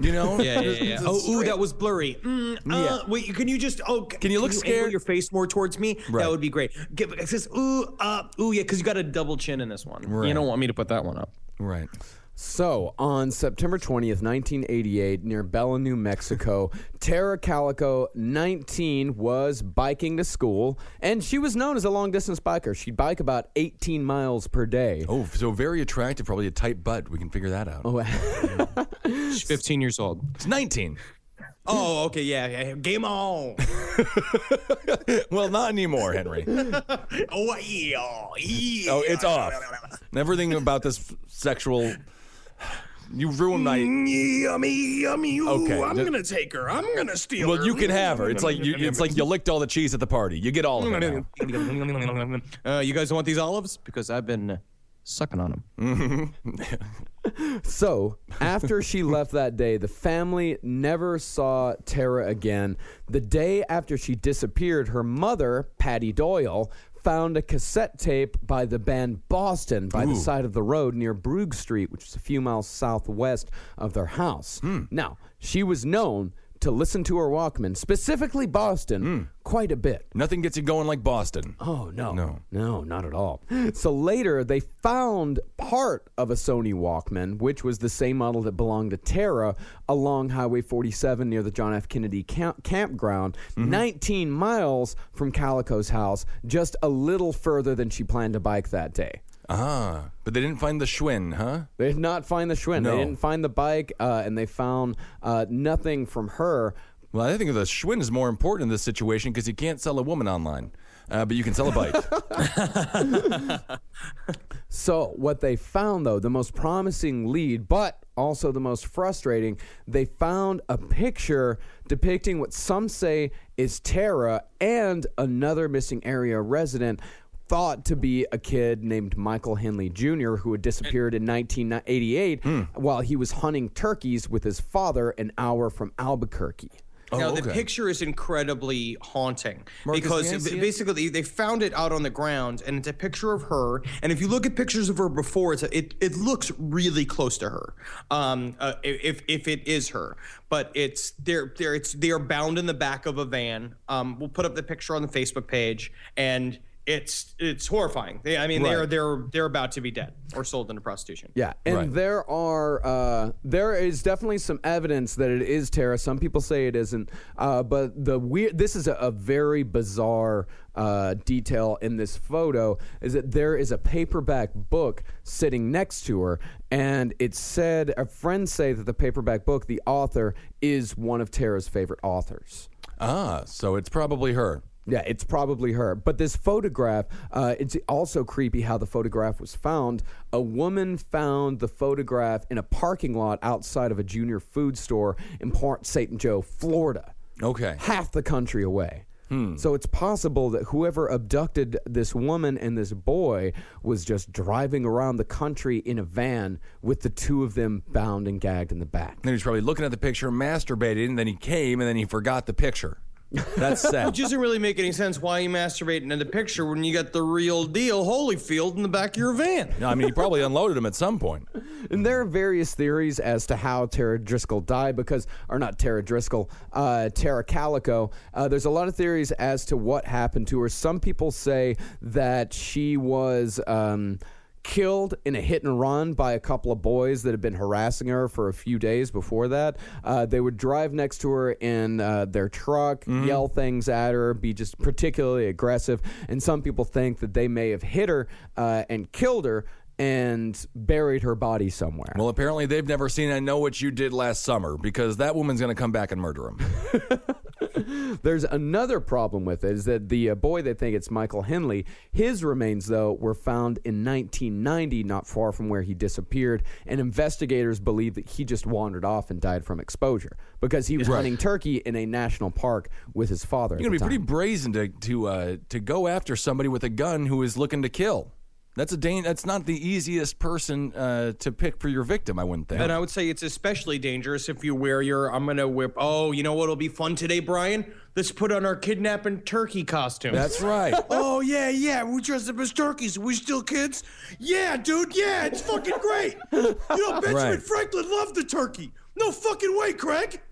[SPEAKER 3] You know?
[SPEAKER 6] Oh, ooh, that was blurry. Mm, uh, Wait, can you just? Oh, can
[SPEAKER 3] you look
[SPEAKER 6] angle
[SPEAKER 3] scared?
[SPEAKER 6] Your face more towards me.
[SPEAKER 3] Right.
[SPEAKER 6] That would be great. Give it says, ooh, uh, ooh, yeah, because you got a double chin in this one. You don't want me to put that one up.
[SPEAKER 3] Right.
[SPEAKER 4] So, on September 20th, 1988, near Bella, New Mexico, Tara Calico, 19, was biking to school, and she was known as a long distance biker. She'd bike about 18 miles per day.
[SPEAKER 3] Oh, so very attractive. Probably a tight butt. We can figure that out.
[SPEAKER 6] She's 15 years old.
[SPEAKER 3] It's 19.
[SPEAKER 6] Oh, okay, yeah, yeah. Game on.
[SPEAKER 3] Well, not anymore, Henry.
[SPEAKER 6] oh, yeah, yeah.
[SPEAKER 3] Oh, it's off. Everything about this sexual. You ruined my.
[SPEAKER 5] Yummy, yummy. Ooh,
[SPEAKER 3] Okay,
[SPEAKER 5] I'm
[SPEAKER 3] the-
[SPEAKER 5] gonna take her. I'm gonna steal her.
[SPEAKER 3] Well, you can have
[SPEAKER 6] Mm-hmm.
[SPEAKER 3] her. It's like you, it's like you licked all the cheese at the party. You get all of it. now.
[SPEAKER 6] Uh, you guys want these olives? Because I've been uh, sucking on them.
[SPEAKER 4] So, after she left that day, the family never saw Tara again. The day after she disappeared, her mother, Patty Doyle, found a cassette tape by the band Boston by the side of the road near Brugge Street, which is a few miles southwest of their house. Now, she was known to listen to her Walkman, specifically Boston, quite a bit.
[SPEAKER 3] Nothing gets you going like Boston.
[SPEAKER 4] Oh no. No. No, not at all. So later they found part of a Sony Walkman, which was the same model that belonged to Tara along Highway 47 near the John F. Kennedy camp- campground, 19 miles from Calico's house, just a little further than she planned to bike that day.
[SPEAKER 3] Ah, but they didn't find the Schwinn, huh?
[SPEAKER 4] They did not find the Schwinn.
[SPEAKER 3] No.
[SPEAKER 4] They didn't find the bike, uh, and they found uh, nothing from her.
[SPEAKER 3] Well, I think the Schwinn is more important in this situation because you can't sell a woman online, uh, but you can sell a bike.
[SPEAKER 4] So, what they found, though, the most promising lead, but also the most frustrating, they found a picture depicting what some say is Tara and another missing area resident thought to be a kid named Michael Henley Jr., who had disappeared in 1988 while he was hunting turkeys with his father an hour from Albuquerque.
[SPEAKER 6] now the
[SPEAKER 3] okay.
[SPEAKER 6] picture is incredibly haunting because
[SPEAKER 3] you
[SPEAKER 6] b-
[SPEAKER 3] see it?
[SPEAKER 6] basically they found it out on the ground and it's a picture of her and if you look at pictures of her before it's a, it it looks really close to her um uh, i- if if it is her but it's they're they're it's they are bound in the back of a van um we'll put up the picture on the Facebook page and it's it's horrifying they, I mean they're they're they're about to be dead or sold into prostitution
[SPEAKER 4] Yeah, and
[SPEAKER 3] Right.
[SPEAKER 4] there are uh, there is definitely some evidence that it is Tara. Some people say it isn't, uh, but the weird this is a, a very bizarre uh, detail in this photo is that there is a paperback book sitting next to her, and it said a friend say that the paperback book, the author is one of Tara's favorite authors.
[SPEAKER 3] ah, so it's probably her.
[SPEAKER 4] Yeah, it's probably her. But this photograph, uh, it's also creepy how the photograph was found. A woman found the photograph in a parking lot outside of a junior food store in Port St. Joe, Florida,
[SPEAKER 3] Okay.
[SPEAKER 4] half the country away. So it's possible that whoever abducted this woman and this boy was just driving around the country in a van with the two of them bound and gagged in the back.
[SPEAKER 3] Then he's probably looking at the picture, masturbated, and then he came, and then he forgot the picture. That's
[SPEAKER 6] It
[SPEAKER 3] sad.
[SPEAKER 6] doesn't really make any sense why you masturbating in the picture when you got the real deal Holyfield in the back of your van.
[SPEAKER 3] No, I mean, he probably unloaded him at some point.
[SPEAKER 4] And there are various theories as to how Tara Driscoll died because, or not Tara Driscoll, uh, Tara Calico. Uh, there's a lot of theories as to what happened to her. Some people say that she was. Um, Killed in a hit and run by a couple of boys that had been harassing her for a few days before that. Uh, they would drive next to her in uh, their truck, yell things at her, be just particularly aggressive. And some people think that they may have hit her uh, and killed her and buried her body somewhere.
[SPEAKER 3] Well, apparently they've never seen I Know What You Did Last Summer because that woman's going to come back and murder him.
[SPEAKER 4] There's another problem with it is that the uh, boy they think it's Michael Henley, his remains though were found in 1990 not far from where he disappeared and investigators believe that he just wandered off and died from exposure because he was hunting turkey in a national park with his father.
[SPEAKER 3] You're going
[SPEAKER 4] at
[SPEAKER 3] to
[SPEAKER 4] the
[SPEAKER 3] be pretty
[SPEAKER 4] time.
[SPEAKER 3] brazen to to uh, to go after somebody with a gun who is looking to kill. That's a dan- That's not the easiest person uh, to pick for your victim. I wouldn't think.
[SPEAKER 6] And I would say it's especially dangerous if you wear your I'm gonna whip. Oh, you know what'll be fun today, Brian? Let's put on our kidnapping turkey costume.
[SPEAKER 3] That's right.
[SPEAKER 5] Oh yeah, yeah. We dressed up as turkeys. We still kids. Yeah, dude. Yeah, it's fucking great. You know, Benjamin
[SPEAKER 3] Right.
[SPEAKER 5] Franklin loved the turkey. No fucking way, Craig.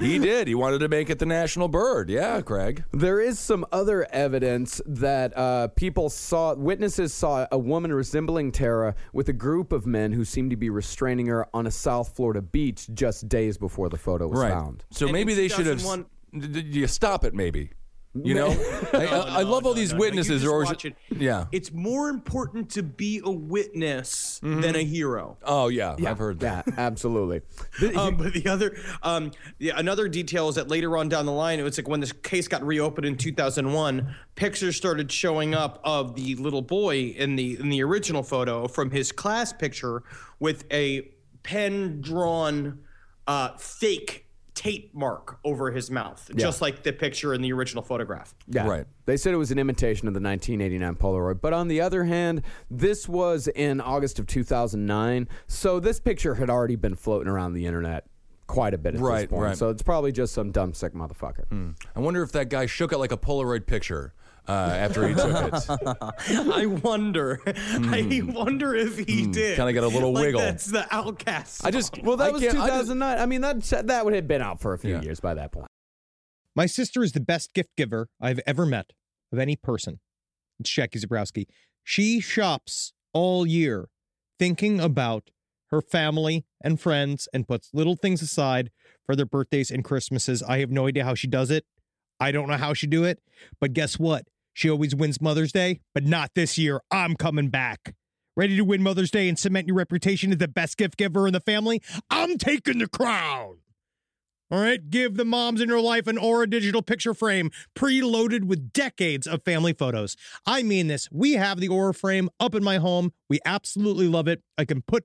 [SPEAKER 3] He did. He wanted to make it the national bird. Yeah, Craig.
[SPEAKER 4] There is some other evidence that uh, people saw, witnesses saw a woman resembling Tara with a group of men who seemed to be restraining her on a South Florida beach just days before the photo was found.
[SPEAKER 3] So
[SPEAKER 6] And
[SPEAKER 3] maybe
[SPEAKER 6] it
[SPEAKER 3] they should have.
[SPEAKER 6] doesn't
[SPEAKER 3] d- d- You stop it, maybe. You know, I, I, I love all these
[SPEAKER 6] No, no, you
[SPEAKER 3] witnesses.
[SPEAKER 6] just
[SPEAKER 3] or is
[SPEAKER 6] watch
[SPEAKER 3] it-
[SPEAKER 6] it.
[SPEAKER 3] yeah.
[SPEAKER 6] It's more important to be a witness than a hero.
[SPEAKER 3] oh yeah, I've heard that.
[SPEAKER 4] Yeah, absolutely.
[SPEAKER 6] Um, but the other, um, yeah, another detail is that later on down the line, it was like when this case got reopened in 2001, pictures started showing up of the little boy in the in the original photo from his class picture with a pen drawn uh, fake tape mark over his mouth, just like the picture in the original photograph.
[SPEAKER 4] Yeah.
[SPEAKER 3] Right.
[SPEAKER 4] They said it was an imitation of the 1989 Polaroid. But on the other hand, this was in August of 2009. So this picture had already been floating around the internet quite a bit at
[SPEAKER 3] Right,
[SPEAKER 4] this point.
[SPEAKER 3] right.
[SPEAKER 4] So it's probably just some dumb, sick motherfucker.
[SPEAKER 3] I wonder if that guy shook it like a Polaroid picture uh, after he took it. Hmm.
[SPEAKER 6] I wonder, I wonder if he did.
[SPEAKER 3] Kinda got a little
[SPEAKER 6] Like,
[SPEAKER 3] wiggle.
[SPEAKER 6] That's the outcast.
[SPEAKER 3] I just
[SPEAKER 4] Well, that
[SPEAKER 3] I
[SPEAKER 4] was
[SPEAKER 3] can't- I just-
[SPEAKER 4] 2009. I, mean, that that would have been out for a few years by that point.
[SPEAKER 7] My sister is the best gift giver I've ever met of any person. It's Jackie Zabrowski. She shops all year thinking about her family and friends and puts little things aside for their birthdays and Christmases. I have no idea how she does it. I don't know how she do it, but guess what? She always wins Mother's Day, but not this year. I'm coming back. Ready to win Mother's Day and cement your reputation as the best gift giver in the family? I'm taking the crown. All right, give the moms in your life an Aura digital picture frame preloaded with decades of family photos. I mean this. We have the Aura frame up in my home. We absolutely love it. I can put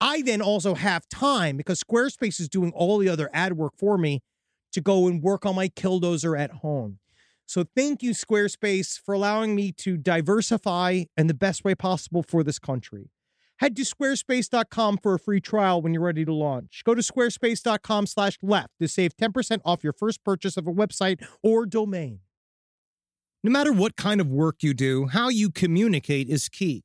[SPEAKER 7] I then also have time because Squarespace is doing all the other ad work for me to go and work on my killdozer at home. So thank you, Squarespace, for allowing me to diversify in the best way possible for this country. Head to squarespace.com for a free trial when you're ready to launch. Go to squarespace.com slash left to save 10% off your first purchase of a website or domain. No matter what kind of work you do, how you communicate is key.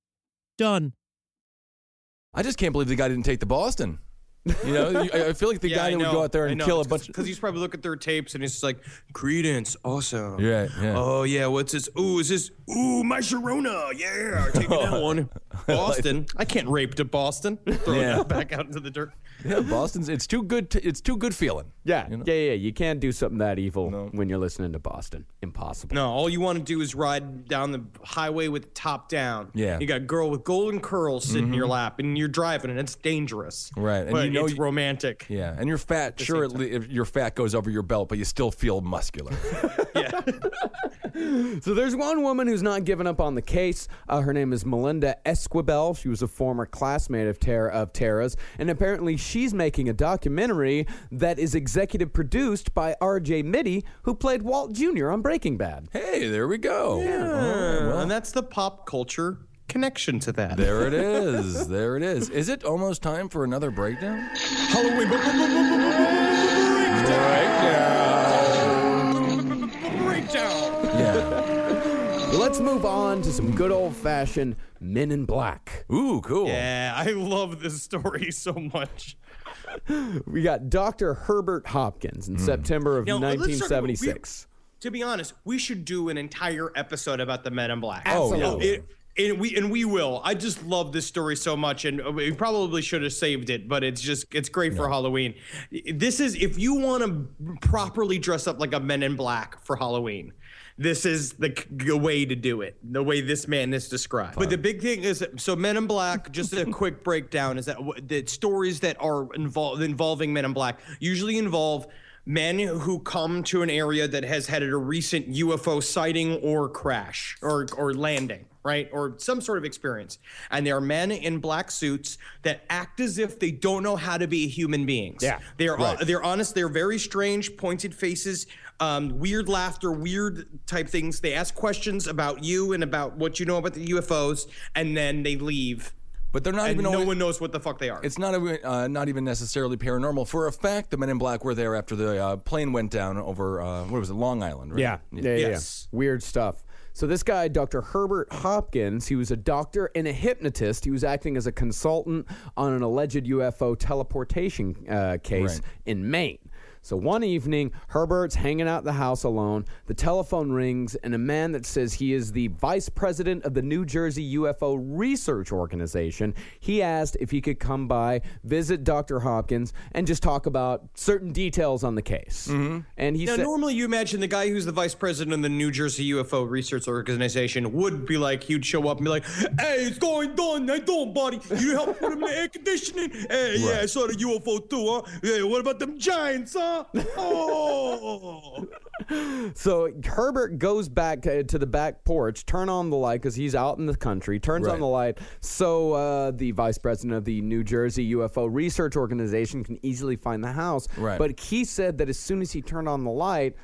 [SPEAKER 7] done.
[SPEAKER 3] I just can't believe the guy didn't take the Boston. You know, you- I I feel like the
[SPEAKER 6] Yeah,
[SPEAKER 3] guy
[SPEAKER 6] I
[SPEAKER 3] that would
[SPEAKER 6] know,
[SPEAKER 3] go out there
[SPEAKER 6] I
[SPEAKER 3] and
[SPEAKER 6] know.
[SPEAKER 3] kill a
[SPEAKER 6] It's
[SPEAKER 3] bunch.
[SPEAKER 6] because he's probably looking through tapes and he's just like Credence also.
[SPEAKER 3] Yeah, yeah.
[SPEAKER 6] Oh yeah, what's this? Ooh, is this? Ooh, my Sharona. Yeah, take that one. Boston. I can't rape to Boston. Throw
[SPEAKER 3] Yeah.
[SPEAKER 6] that back out into the dirt.
[SPEAKER 3] yeah, Boston's. It's too good. To, it's too good feeling.
[SPEAKER 4] Yeah, yeah, yeah. You can't do something that evil when you're listening to Boston. Impossible.
[SPEAKER 6] No, all you want to do is ride down the highway with the top down.
[SPEAKER 3] Yeah. Mm-hmm.
[SPEAKER 6] You got a girl with golden curls sitting in your lap, and you're driving, and it's dangerous.
[SPEAKER 3] Right, and
[SPEAKER 6] but
[SPEAKER 3] you know
[SPEAKER 6] it's
[SPEAKER 3] you-
[SPEAKER 6] romantic.
[SPEAKER 3] Yeah, and you're fat. Sure, it, if your fat goes over your belt, but you still feel muscular.
[SPEAKER 4] So there's one woman who's not giving up on the case. Uh, her name is Melinda Esquivel. She was a former classmate of Tara of Tara's, and apparently she's making a documentary that is executive produced by R.J. Mitty, who played Walt Jr. on Breaking Bad.
[SPEAKER 3] hey, there we go.
[SPEAKER 6] Uh, and that's the pop culture connection to that.
[SPEAKER 3] There it is. There it is. Is it almost time for another breakdown?
[SPEAKER 6] Halloween. bu- bu- bu- bu- bu- bu- bu- bu- Breakdown.
[SPEAKER 3] Yeah.
[SPEAKER 4] Let's move on to some good old-fashioned Men in Black.
[SPEAKER 3] Ooh, cool.
[SPEAKER 6] Yeah, I love this story so much.
[SPEAKER 4] We got Dr. Herbert Hopkins in September of
[SPEAKER 6] Now, let's start with- we-
[SPEAKER 4] 1976.
[SPEAKER 6] To be honest, we should do an entire episode about the Men in Black.
[SPEAKER 3] Oh, yeah.
[SPEAKER 4] Absolutely.
[SPEAKER 6] It, and we and we will. I just love this story so much, and we probably should have saved it, but it's just it's great for Halloween. This is if you want to properly dress up like a Men in Black for Halloween. This is the c- way to do it, the way this man is described. But the big thing is, so Men in Black. Just a quick breakdown is that w- the stories that are involved involving Men in Black usually involve men who come to an area that has had a recent UFO sighting or crash or or landing, right? Or some sort of experience. And they are men in black suits that act as if they don't know how to be human beings. Yeah. They are they're honest, they're very strange, pointed faces, um, weird laughter, weird type things. They ask questions about you and about what you know about the UFOs, and then they leave.
[SPEAKER 3] But they're not
[SPEAKER 6] And
[SPEAKER 3] even.
[SPEAKER 6] no
[SPEAKER 3] always-
[SPEAKER 6] one knows what the fuck they are.
[SPEAKER 3] It's not even uh, not even necessarily paranormal. For a fact, the Men in Black were there after the uh, plane went down over uh, what was it, Long Island? Right?
[SPEAKER 4] Yeah, yeah, yeah.
[SPEAKER 6] Yes.
[SPEAKER 4] Weird stuff. So this guy, Dr. Herbert Hopkins, he was a doctor and a hypnotist. He was acting as a consultant on an alleged UFO teleportation uh, case in Maine. So one evening, Herbert's hanging out in the house alone. The telephone rings, and a man that says he is the vice president of the New Jersey UFO Research Organization. He asked if he could come by, visit Dr. Hopkins, and just talk about certain details on the case. And he
[SPEAKER 6] Now,
[SPEAKER 4] said,
[SPEAKER 6] normally you imagine the guy who's the vice president of the New Jersey UFO Research Organization would be like, he'd show up and be like, hey, it's going down, I don't, buddy. You help put him in the air conditioning? Hey, yeah, I saw the UFO too, huh? Yeah, what about them giants, huh? Oh.
[SPEAKER 4] So Herbert goes back uh, to, to the back porch, turn on the light because he's out in the country. Turns on
[SPEAKER 3] Right.
[SPEAKER 4] the light so uh, the vice president of the New Jersey UFO Research Organization can easily find the house.
[SPEAKER 3] Right.
[SPEAKER 4] But he said that as soon as he turned on the light,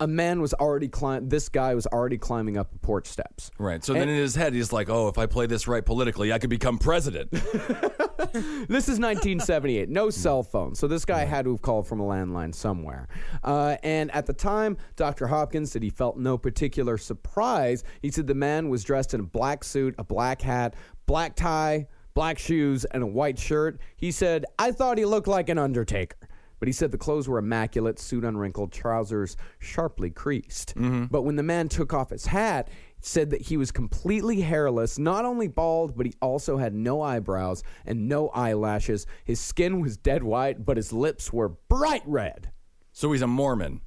[SPEAKER 4] a man was already climb. This guy was already climbing up the porch steps.
[SPEAKER 3] Right. So then in his head, he's like, "Oh, if I play this right politically, I could become president."
[SPEAKER 4] This is 1978. No cell phone. So this guy had to have called from a landline somewhere. Uh, and at the time, Dr. Hopkins said he felt no particular surprise. He said the man was dressed in a black suit, a black hat, black tie, black shoes, and a white shirt. He said, I thought he looked like an undertaker. But he said the clothes were immaculate, suit unwrinkled, trousers sharply creased. But when the man took off his hat, said that he was completely hairless, not only bald, but he also had no eyebrows and no eyelashes. His skin was dead white, but his lips were bright red.
[SPEAKER 3] So he's a Mormon.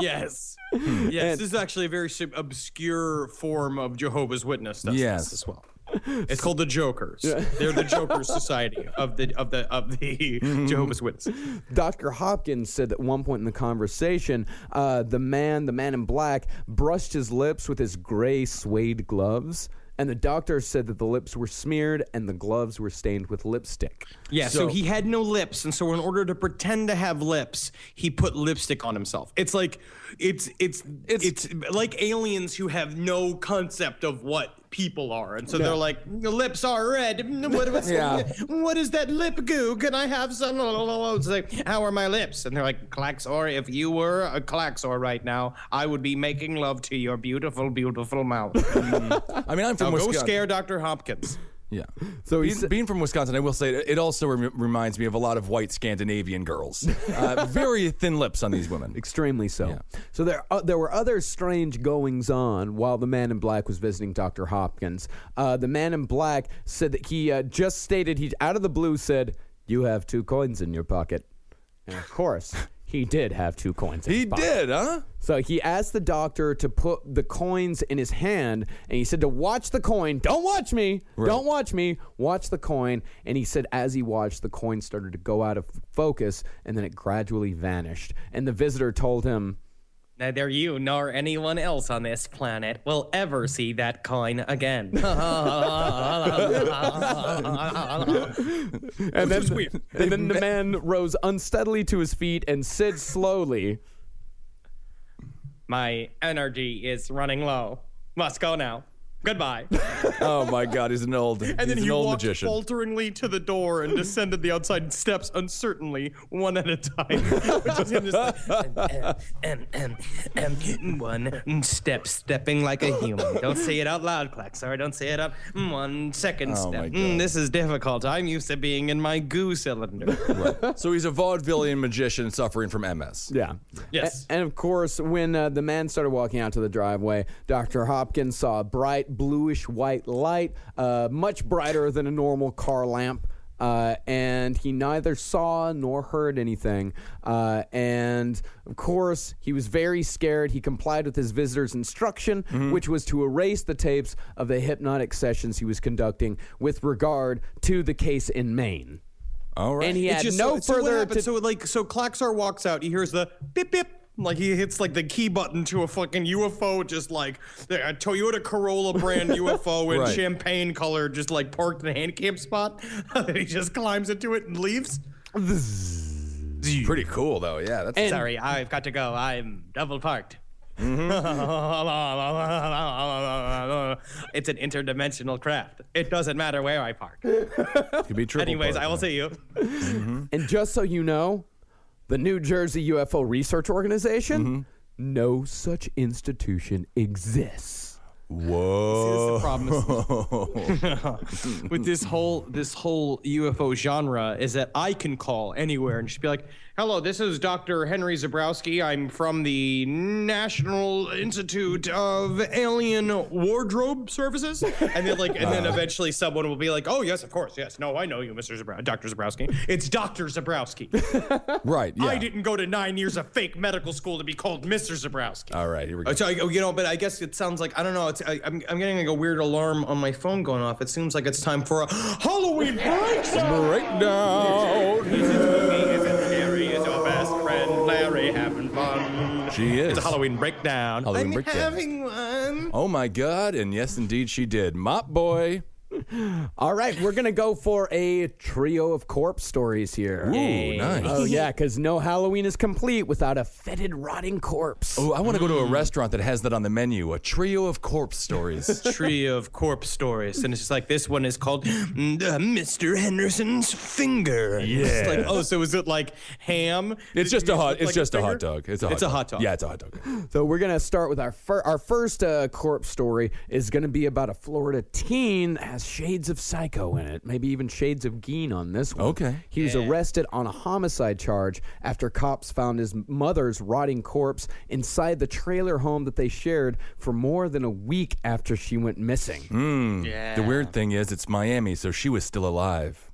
[SPEAKER 6] Yes. yes. this is actually a very sub- obscure form of Jehovah's Witness stuff
[SPEAKER 3] Yes.
[SPEAKER 6] as well. It's called the Jokers. They're the Jokers Society of the of the of the Jehovah's Witnesses.
[SPEAKER 4] Dr. Hopkins said at one point in the conversation, uh, the man, the man in black, brushed his lips with his gray suede gloves. And the doctor said that the lips were smeared and the gloves were stained with lipstick.
[SPEAKER 6] Yeah, so, he had no lips, and so in order to pretend to have lips, he put lipstick on himself. It's like it's it's it's, like aliens who have no concept of what people are, and so they're like, "Your lips are red. What was
[SPEAKER 3] Yeah.
[SPEAKER 6] what is that lip goo? Can I have some?" It's like, "How are my lips?" And they're like, "Klaxor, if you were a Klaxor right now, I would be making love to your beautiful, beautiful mouth."
[SPEAKER 3] I mean, I'm from
[SPEAKER 6] now go
[SPEAKER 3] Wisconsin.
[SPEAKER 6] scare Dr. Hopkins.
[SPEAKER 3] Yeah.
[SPEAKER 4] So he
[SPEAKER 3] being,
[SPEAKER 4] said-
[SPEAKER 3] being from Wisconsin, I will say it, it also rem- reminds me of a lot of white Scandinavian girls. Uh, very thin lips on these women.
[SPEAKER 4] Extremely so. So there, uh, there were other strange goings on while the man in black was visiting Dr. Hopkins. Uh, the man in black said that he uh, just stated he out of the blue said, "You have two coins in your pocket," and of course he did have two coins. In
[SPEAKER 3] He
[SPEAKER 4] his pocket.
[SPEAKER 3] did, huh?
[SPEAKER 4] So he asked the doctor to put the coins in his hand, and he said to watch the coin. Don't watch me. Don't watch me. Watch the coin. And he said as he watched, the coin started to go out of focus, and then it gradually vanished. And the visitor told him,
[SPEAKER 6] Neither you nor anyone else on this planet will ever see that coin again. That's
[SPEAKER 4] and then, and then the man rose unsteadily to his feet and said slowly,
[SPEAKER 6] My energy is running low. Must go now. Goodbye.
[SPEAKER 3] Oh my God, he's an old,
[SPEAKER 6] And
[SPEAKER 3] he's
[SPEAKER 6] then
[SPEAKER 3] an
[SPEAKER 6] he
[SPEAKER 3] old
[SPEAKER 6] walked
[SPEAKER 3] magician.
[SPEAKER 6] falteringly to the door and descended the outside steps uncertainly, one at a time. Which is him just like, um, um, um, um, one step, stepping like a human. Don't say it out loud, Clack. Sorry, don't say it out. Mm, One second
[SPEAKER 3] Oh, my
[SPEAKER 6] step. Mm,
[SPEAKER 3] God.
[SPEAKER 6] this is difficult. I'm used to being in my goo cylinder.
[SPEAKER 3] so he's a vaudevillian magician suffering from MS.
[SPEAKER 4] Yeah.
[SPEAKER 6] Yes.
[SPEAKER 4] A- and of course, when uh, the man started walking out to the driveway, Dr. Hopkins saw a bright bluish white light, uh, much brighter than a normal car lamp. Uh, and he neither saw nor heard anything. Uh, and of course, he was very scared. He complied with his visitor's instruction,
[SPEAKER 6] Mm-hmm.
[SPEAKER 4] which was to erase the tapes of the hypnotic sessions he was conducting with regard to the case in Maine.
[SPEAKER 3] All right.
[SPEAKER 4] And he had
[SPEAKER 6] It's just-
[SPEAKER 4] no
[SPEAKER 6] so, So,
[SPEAKER 4] further.
[SPEAKER 6] what
[SPEAKER 4] to-
[SPEAKER 6] happened? so like so Klaxar walks out. He hears the bip bip. Like he hits like the key button to a fucking UFO, just like a Toyota Corolla brand UFO in
[SPEAKER 3] Right.
[SPEAKER 6] champagne color, just like parked in a hand cam spot. he just climbs into it and leaves.
[SPEAKER 3] Pretty cool though. Yeah. That's
[SPEAKER 6] Sorry, I've got to go. I'm double parked.
[SPEAKER 3] Mm-hmm.
[SPEAKER 6] it's an interdimensional craft. It doesn't matter where I park.
[SPEAKER 3] could be triple.
[SPEAKER 6] Anyways, I will see you.
[SPEAKER 4] And just so you know, the New Jersey UFO Research Organization, no such institution exists.
[SPEAKER 3] Whoa.
[SPEAKER 6] problem with this whole this whole UFO genre is that I can call anywhere and just be like, "Hello, this is Dr. Henry Zabrowski. I'm from the National Institute of Alien Wardrobe Services." And then like, and then eventually someone will be like, "Oh yes, of course, yes. No, I know you, Mr. Zabrow- Dr. Zabrowski. It's Dr. Zabrowski.
[SPEAKER 3] Right. Yeah.
[SPEAKER 6] I didn't go to nine years of fake medical school to be called Mr. Zabrowski."
[SPEAKER 3] All right. Here we go.
[SPEAKER 6] Uh, So I- you know, but I guess it sounds like I don't know. It's, I, I'm I'm getting like a weird alarm on my phone going off. It seems like it's time for a Halloween breakdown.
[SPEAKER 3] Breakdown.
[SPEAKER 6] Larry is your best friend. Larry having fun.
[SPEAKER 3] She is.
[SPEAKER 6] It's a Halloween breakdown.
[SPEAKER 3] Halloween
[SPEAKER 6] I'm
[SPEAKER 3] breakdown.
[SPEAKER 6] having one.
[SPEAKER 3] Oh my God. And yes, indeed, she did. Mop boy.
[SPEAKER 4] All right, we're going to go for a trio of corpse stories here.
[SPEAKER 3] Ooh, nice.
[SPEAKER 4] Oh, yeah, because no Halloween is complete without a fetid, rotting corpse.
[SPEAKER 3] Oh, I want to go to a restaurant that has that on the menu. A trio of corpse stories.
[SPEAKER 6] Tree of corpse stories, and it's just like this one is called mm, uh, Mr. Henderson's finger. Yeah. like, oh, so is it like ham?
[SPEAKER 3] It's
[SPEAKER 6] Did you
[SPEAKER 3] just a
[SPEAKER 6] use
[SPEAKER 3] hot.
[SPEAKER 6] it
[SPEAKER 3] It's
[SPEAKER 6] like
[SPEAKER 3] just a hot
[SPEAKER 6] finger?
[SPEAKER 3] dog. It's a hot.
[SPEAKER 6] It's a hot dog.
[SPEAKER 3] Yeah, it's a hot dog.
[SPEAKER 4] So we're gonna start with our fir- our first uh, corpse story is gonna be about a Florida teen that has shades of psycho in it, maybe even shades of Geen on this one.
[SPEAKER 3] Okay.
[SPEAKER 4] He was arrested on a homicide charge after cops found his mother's rotting corpse inside the trailer home that they shared for more than a week after she went missing.
[SPEAKER 3] The weird thing is, it's Miami, so she was still alive.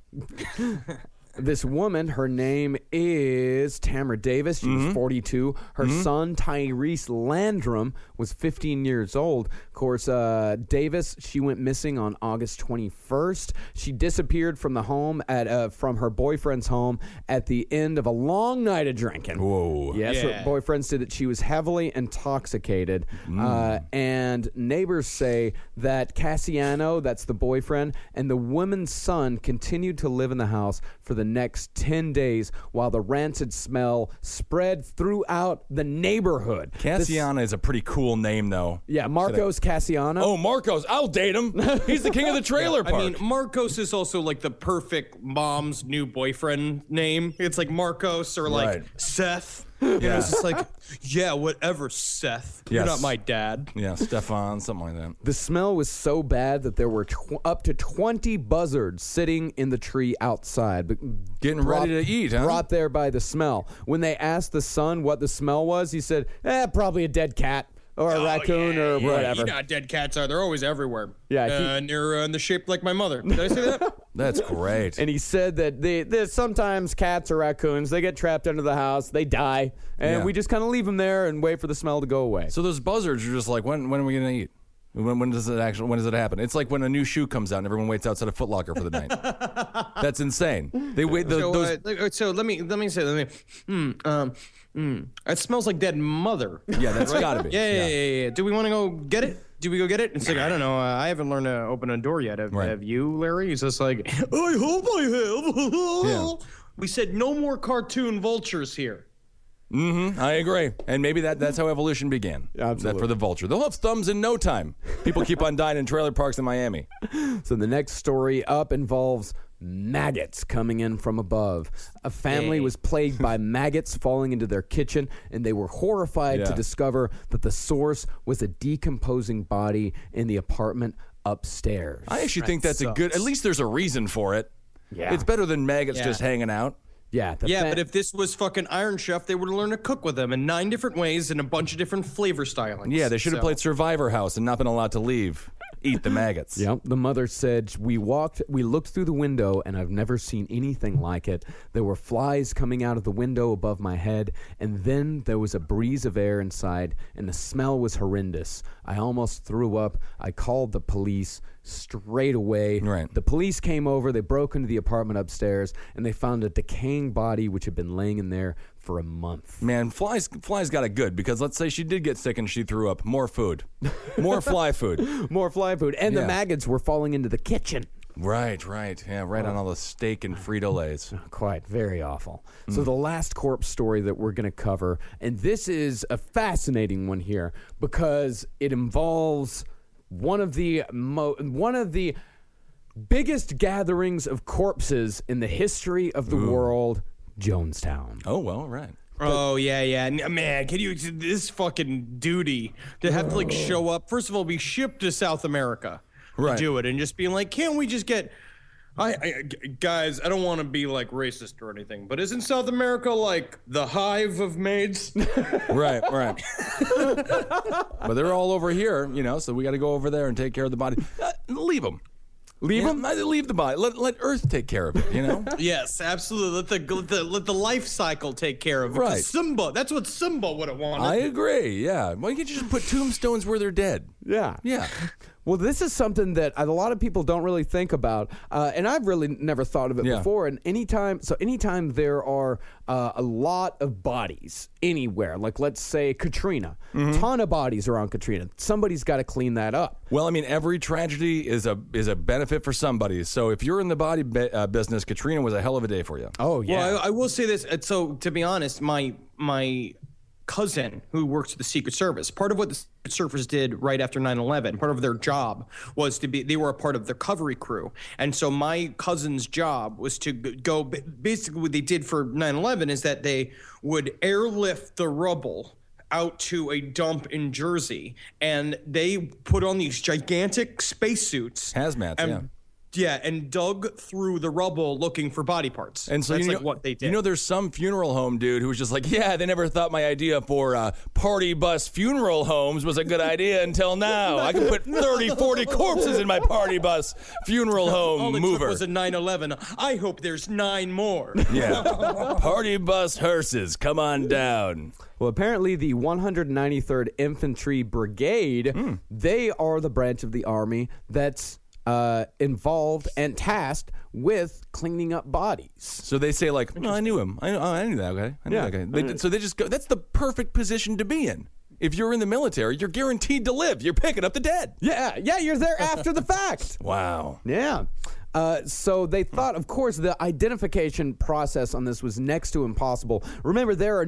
[SPEAKER 4] this woman, her name is Tamara Davis. She was 42. Her son, Tyrese Landrum, was 15 years old. Of course, uh, Davis, she went missing on August 21st. She disappeared from the home at uh, from her boyfriend's home at the end of a long night of drinking.
[SPEAKER 3] Whoa.
[SPEAKER 4] Yes, her boyfriend said that she was heavily intoxicated. Uh, and neighbors say that Cassiano, that's the boyfriend, and the woman's son continued to live in the house for the next 10 days while the rancid smell spread throughout the neighborhood. This-
[SPEAKER 3] Cassiana is a pretty cool name, though.
[SPEAKER 4] yeah, Marcos Cassiano.
[SPEAKER 3] Oh, Marcos. I'll date him. He's the king of the trailer park.
[SPEAKER 6] I mean, Marcos is also like the perfect mom's new boyfriend name. It's like Marcos or like
[SPEAKER 3] Right.
[SPEAKER 6] Seth. Yeah. It's just like, yeah, whatever, Seth. You're
[SPEAKER 3] Yes.
[SPEAKER 6] not my dad.
[SPEAKER 3] yeah, Stefan, something like that.
[SPEAKER 4] The smell was so bad that there were tw- up to 20 buzzards sitting in the tree outside. b-
[SPEAKER 3] Getting ready to eat, huh?
[SPEAKER 4] Brought there by the smell. When they asked the son what the smell was, he said, eh, probably a dead cat or
[SPEAKER 3] Oh,
[SPEAKER 4] a raccoon or whatever.
[SPEAKER 6] You know how dead cats are. They're always everywhere.
[SPEAKER 4] Yeah, he-
[SPEAKER 6] Uh, and they're uh, in the shape like my mother. Did I say that?
[SPEAKER 3] That's great.
[SPEAKER 4] And he said that they, that sometimes cats or raccoons, they get trapped under the house, they die, and
[SPEAKER 3] Yeah.
[SPEAKER 4] we just kind of leave them there and wait for the smell to go away.
[SPEAKER 3] so those buzzards are just like, when when are we gonna eat? When, when does it actually? When does it happen? It's like when a new shoe comes out and everyone waits outside a Foot Locker for the night. That's insane. They wait. The,
[SPEAKER 6] so,
[SPEAKER 3] those,
[SPEAKER 6] uh, like, so let me let me say let me. Hmm. um, hmm. It smells like dead mother.
[SPEAKER 3] yeah, that's gotta be.
[SPEAKER 6] Yeah, yeah, yeah. yeah, yeah. Do we want to go get it? Do we go get it? It's like I don't know. Uh, I haven't learned to open a door yet. Have,
[SPEAKER 3] Right.
[SPEAKER 6] have you, Larry? He's just like, I hope I have.
[SPEAKER 3] Yeah.
[SPEAKER 6] We said no more cartoon vultures here.
[SPEAKER 3] Mhm, I agree. And maybe that, that's how evolution began. That for the vulture. They'll have thumbs in no time. People keep on dying in trailer parks in Miami.
[SPEAKER 4] So the next story up involves maggots coming in from above. A family was plagued by maggots falling into their kitchen, and they were horrified to
[SPEAKER 3] Yeah.
[SPEAKER 4] discover that the source was a decomposing body in the apartment upstairs.
[SPEAKER 3] I actually think that's a good. At least there's a reason for it.
[SPEAKER 4] Yeah.
[SPEAKER 3] It's better than maggots
[SPEAKER 6] Yeah.
[SPEAKER 3] just hanging out.
[SPEAKER 4] yeah, the
[SPEAKER 6] Yeah,
[SPEAKER 4] fa-
[SPEAKER 6] but if this was fucking Iron Chef, they would have learned to cook with them in nine different ways and a bunch of different flavor stylings.
[SPEAKER 3] Yeah, they should have
[SPEAKER 6] So-
[SPEAKER 3] played Survivor House and not been allowed to leave. Eat the maggots.
[SPEAKER 4] Yep. The mother said, We walked, we looked through the window, and I've never seen anything like it. There were flies coming out of the window above my head, and then there was a breeze of air inside, and the smell was horrendous. I almost threw up. I called the police straight away.
[SPEAKER 3] Right.
[SPEAKER 4] The police came over, they broke into the apartment upstairs, and they found a decaying body which had been laying in there for a month.
[SPEAKER 3] Man, flies flies got it good because let's say she did get sick and she threw up. More food. More fly food.
[SPEAKER 4] More fly food, and the
[SPEAKER 3] Yeah.
[SPEAKER 4] maggots were falling into the kitchen.
[SPEAKER 3] Right, right. Yeah, right on all the steak and Frito-Lays.
[SPEAKER 4] quite very awful. So the last corpse story that we're going to cover, and this is a fascinating one here because it involves one of the mo- one of the biggest gatherings of corpses in the history of the world, Jonestown.
[SPEAKER 3] Oh, well, right.
[SPEAKER 6] Oh yeah, yeah, N- man. Can you this fucking duty to have to like show up? First of all, be shipped to South America
[SPEAKER 3] Right.
[SPEAKER 6] to do it, and just being like, can't we just get? I, I g- guys, I don't want to be like racist or anything, but isn't South America like the hive of maids?
[SPEAKER 3] Right, right. but they're all over here, you know, so we got to go over there and take care of the body. Uh, leave them. Leave them? leave the body. Let, let Earth take care of it, you know?
[SPEAKER 6] yes, absolutely. Let the, let the let the life cycle take care of it.
[SPEAKER 3] Right.
[SPEAKER 6] Simba. That's what Simba would have wanted.
[SPEAKER 3] I agree, yeah. Why can't you just put tombstones where they're dead?
[SPEAKER 4] Yeah.
[SPEAKER 3] Yeah.
[SPEAKER 4] Well, this is something that a lot of people don't really think about, uh, and I've really never thought of it
[SPEAKER 3] Yeah.
[SPEAKER 4] before. And anytime, so anytime there are uh, a lot of bodies anywhere, like let's say Katrina, ton of bodies around Katrina, somebody's got to clean that up.
[SPEAKER 3] Well, I mean, every tragedy is a is a benefit for somebody. So if you're in the body bu- uh, business, Katrina was a hell of a day for you.
[SPEAKER 4] Oh
[SPEAKER 6] Well, I, I will say this. uh, So, to be honest, my my cousin who works at the Secret Service, part of what the Secret Service did right after 9/11, part of their job was to be they were a part of the recovery crew, and so my cousin's job was to g- go. ba- Basically, what they did for 9/11 is that they would airlift the rubble out to a dump in Jersey, and they put on these gigantic spacesuits
[SPEAKER 3] Hazmats,
[SPEAKER 6] and
[SPEAKER 3] yeah.
[SPEAKER 6] yeah, and dug through the rubble looking for body parts.
[SPEAKER 3] And so
[SPEAKER 6] that's
[SPEAKER 3] you know,
[SPEAKER 6] like what they did.
[SPEAKER 3] You know, there's some funeral home dude who was just like, "Yeah, they never thought my idea for uh, party bus funeral homes was a good idea until now. I can put 30, 40 corpses in my party bus funeral home
[SPEAKER 6] all it took
[SPEAKER 3] mover."
[SPEAKER 6] was a 911. I hope there's nine more.
[SPEAKER 3] yeah, party bus hearses, come on down.
[SPEAKER 4] Well, apparently the 193rd Infantry Brigade, they are the branch of the army that's uh, involved and tasked with cleaning up bodies.
[SPEAKER 3] So they say like, "Oh, I knew him. I, oh, I knew that guy. I knew
[SPEAKER 4] Yeah.
[SPEAKER 3] that guy." They, so they just go. That's the perfect position to be in. If you're in the military, you're guaranteed to live. You're picking up the dead.
[SPEAKER 4] Yeah, yeah, you're there after the fact.
[SPEAKER 3] Wow.
[SPEAKER 4] Yeah. Uh, so they thought, of course, the identification process on this was next to impossible. Remember, there are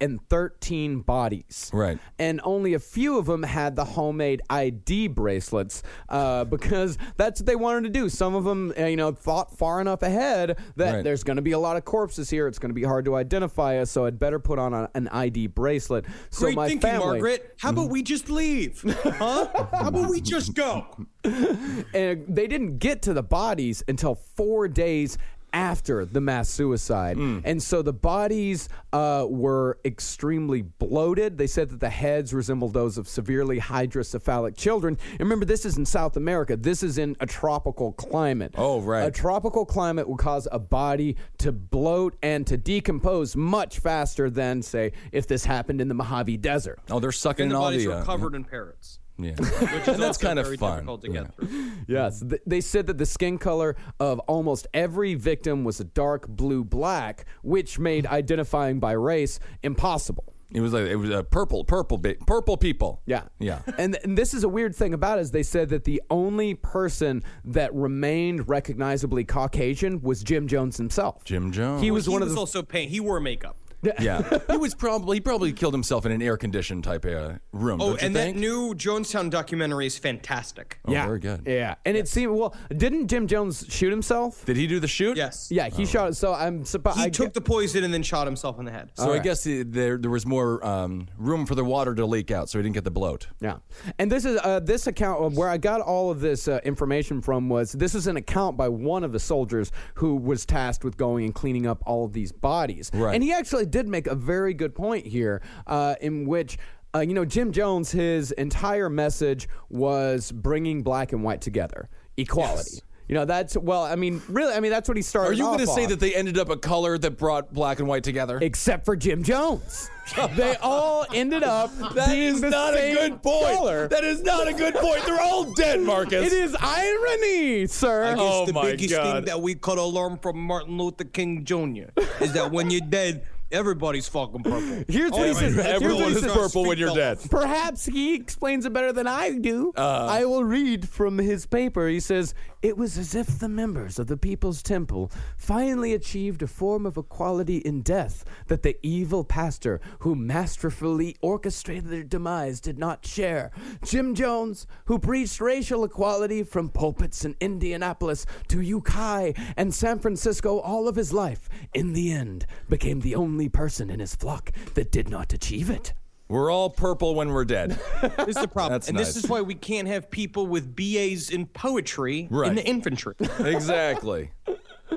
[SPEAKER 4] 913 bodies.
[SPEAKER 3] Right.
[SPEAKER 4] And only a few of them had the homemade ID bracelets uh, because that's what they wanted to do. Some of them, uh, you know, thought far enough ahead that
[SPEAKER 3] Right.
[SPEAKER 4] there's going to be a lot of corpses here. It's going to be hard to identify us, so I'd better put on a, an ID bracelet. So
[SPEAKER 6] Great
[SPEAKER 4] my
[SPEAKER 6] thinking,
[SPEAKER 4] family,
[SPEAKER 6] Margaret. How about we just leave? Huh? How about we just go?
[SPEAKER 4] and they didn't get to the bodies until four days after the mass suicide.
[SPEAKER 3] Hmm.
[SPEAKER 4] And so the bodies uh, were extremely bloated. They said that the heads resembled those of severely hydrocephalic children. And remember, this is in South America. This is in a tropical climate.
[SPEAKER 3] Oh, right.
[SPEAKER 4] A tropical climate will cause a body to bloat and to decompose much faster than, say, if this happened in the Mojave Desert.
[SPEAKER 3] Oh, they're sucking
[SPEAKER 6] And the
[SPEAKER 3] all
[SPEAKER 6] bodies
[SPEAKER 3] the.
[SPEAKER 6] were
[SPEAKER 3] uh,
[SPEAKER 6] covered in parrots.
[SPEAKER 3] yeah.
[SPEAKER 6] Which is
[SPEAKER 3] that's
[SPEAKER 6] also
[SPEAKER 3] kind of
[SPEAKER 6] very
[SPEAKER 3] fun,
[SPEAKER 6] difficult to
[SPEAKER 3] you
[SPEAKER 6] get
[SPEAKER 3] know.
[SPEAKER 6] through.
[SPEAKER 4] Yes, th- they said that the skin color of almost every victim was a dark blue black, which made identifying by race impossible.
[SPEAKER 3] It was like it was a purple, purple, ba- purple people.
[SPEAKER 4] Yeah.
[SPEAKER 3] yeah.
[SPEAKER 4] And, and this is a weird thing about it is they said that the only person that remained recognizably Caucasian was Jim Jones himself.
[SPEAKER 3] Jim Jones.
[SPEAKER 4] He was
[SPEAKER 6] He
[SPEAKER 4] one
[SPEAKER 6] was
[SPEAKER 4] of the
[SPEAKER 6] also paying. He wore makeup.
[SPEAKER 3] yeah, he was probably he probably killed himself in an air conditioned type uh, room. don't
[SPEAKER 6] Oh,
[SPEAKER 3] you
[SPEAKER 6] and
[SPEAKER 3] think?
[SPEAKER 6] that new Jonestown documentary is fantastic.
[SPEAKER 3] Oh, very good.
[SPEAKER 4] Yeah. And it seemed well, didn't Jim Jones shoot himself?
[SPEAKER 3] Did he do the shoot?
[SPEAKER 6] Yes.
[SPEAKER 4] Yeah, he shot so I'm supposed
[SPEAKER 6] He took the poison and then shot himself in the head.
[SPEAKER 3] So I guess he, there there was more um, room for the water to leak out, so he didn't get the bloat.
[SPEAKER 4] Yeah, and this is uh, this account of where I got all of this uh, information from was this is an account by one of the soldiers who was tasked with going and cleaning up all of these bodies.
[SPEAKER 3] Right.
[SPEAKER 4] and he actually did make a very good point here, uh, in which. Uh, you know, Jim Jones, his entire message was bringing black and white together, equality. You know, that's well. I mean, really, I mean, that's what he started.
[SPEAKER 3] Are you
[SPEAKER 4] going to
[SPEAKER 3] say that they ended up a color that brought black and white together?
[SPEAKER 4] except for Jim Jones. they all ended up
[SPEAKER 3] that
[SPEAKER 4] being
[SPEAKER 3] is
[SPEAKER 4] the
[SPEAKER 3] not a
[SPEAKER 4] same
[SPEAKER 3] good point.
[SPEAKER 4] color.
[SPEAKER 3] That is not a good point. They're all dead, Marcus.
[SPEAKER 4] It is irony, sir.
[SPEAKER 3] guess- Oh,
[SPEAKER 6] the
[SPEAKER 3] my
[SPEAKER 6] biggest thing
[SPEAKER 3] God.
[SPEAKER 6] that we could learn from Martin Luther King Jr. is that when you're dead, everybody's fucking purple.
[SPEAKER 4] Here's what he says. Here's what
[SPEAKER 3] Everyone
[SPEAKER 4] he
[SPEAKER 3] is
[SPEAKER 4] says.
[SPEAKER 3] purple when you're dead.
[SPEAKER 4] Perhaps he explains it better than I do. I will read from his paper. He says, It was as if the members of the People's Temple finally achieved a form of equality in death that the evil pastor who masterfully orchestrated their demise did not share. Jim Jones, who preached racial equality from pulpits in Indianapolis to Ukiah and San Francisco all of his life, in the end became the only person in his flock that did not achieve it.
[SPEAKER 3] We're all purple when we're dead.
[SPEAKER 6] This is the problem.
[SPEAKER 3] That's
[SPEAKER 6] and
[SPEAKER 3] nice.
[SPEAKER 6] this is why we can't have people with BAs in poetry
[SPEAKER 3] Right.
[SPEAKER 6] in the infantry.
[SPEAKER 3] exactly.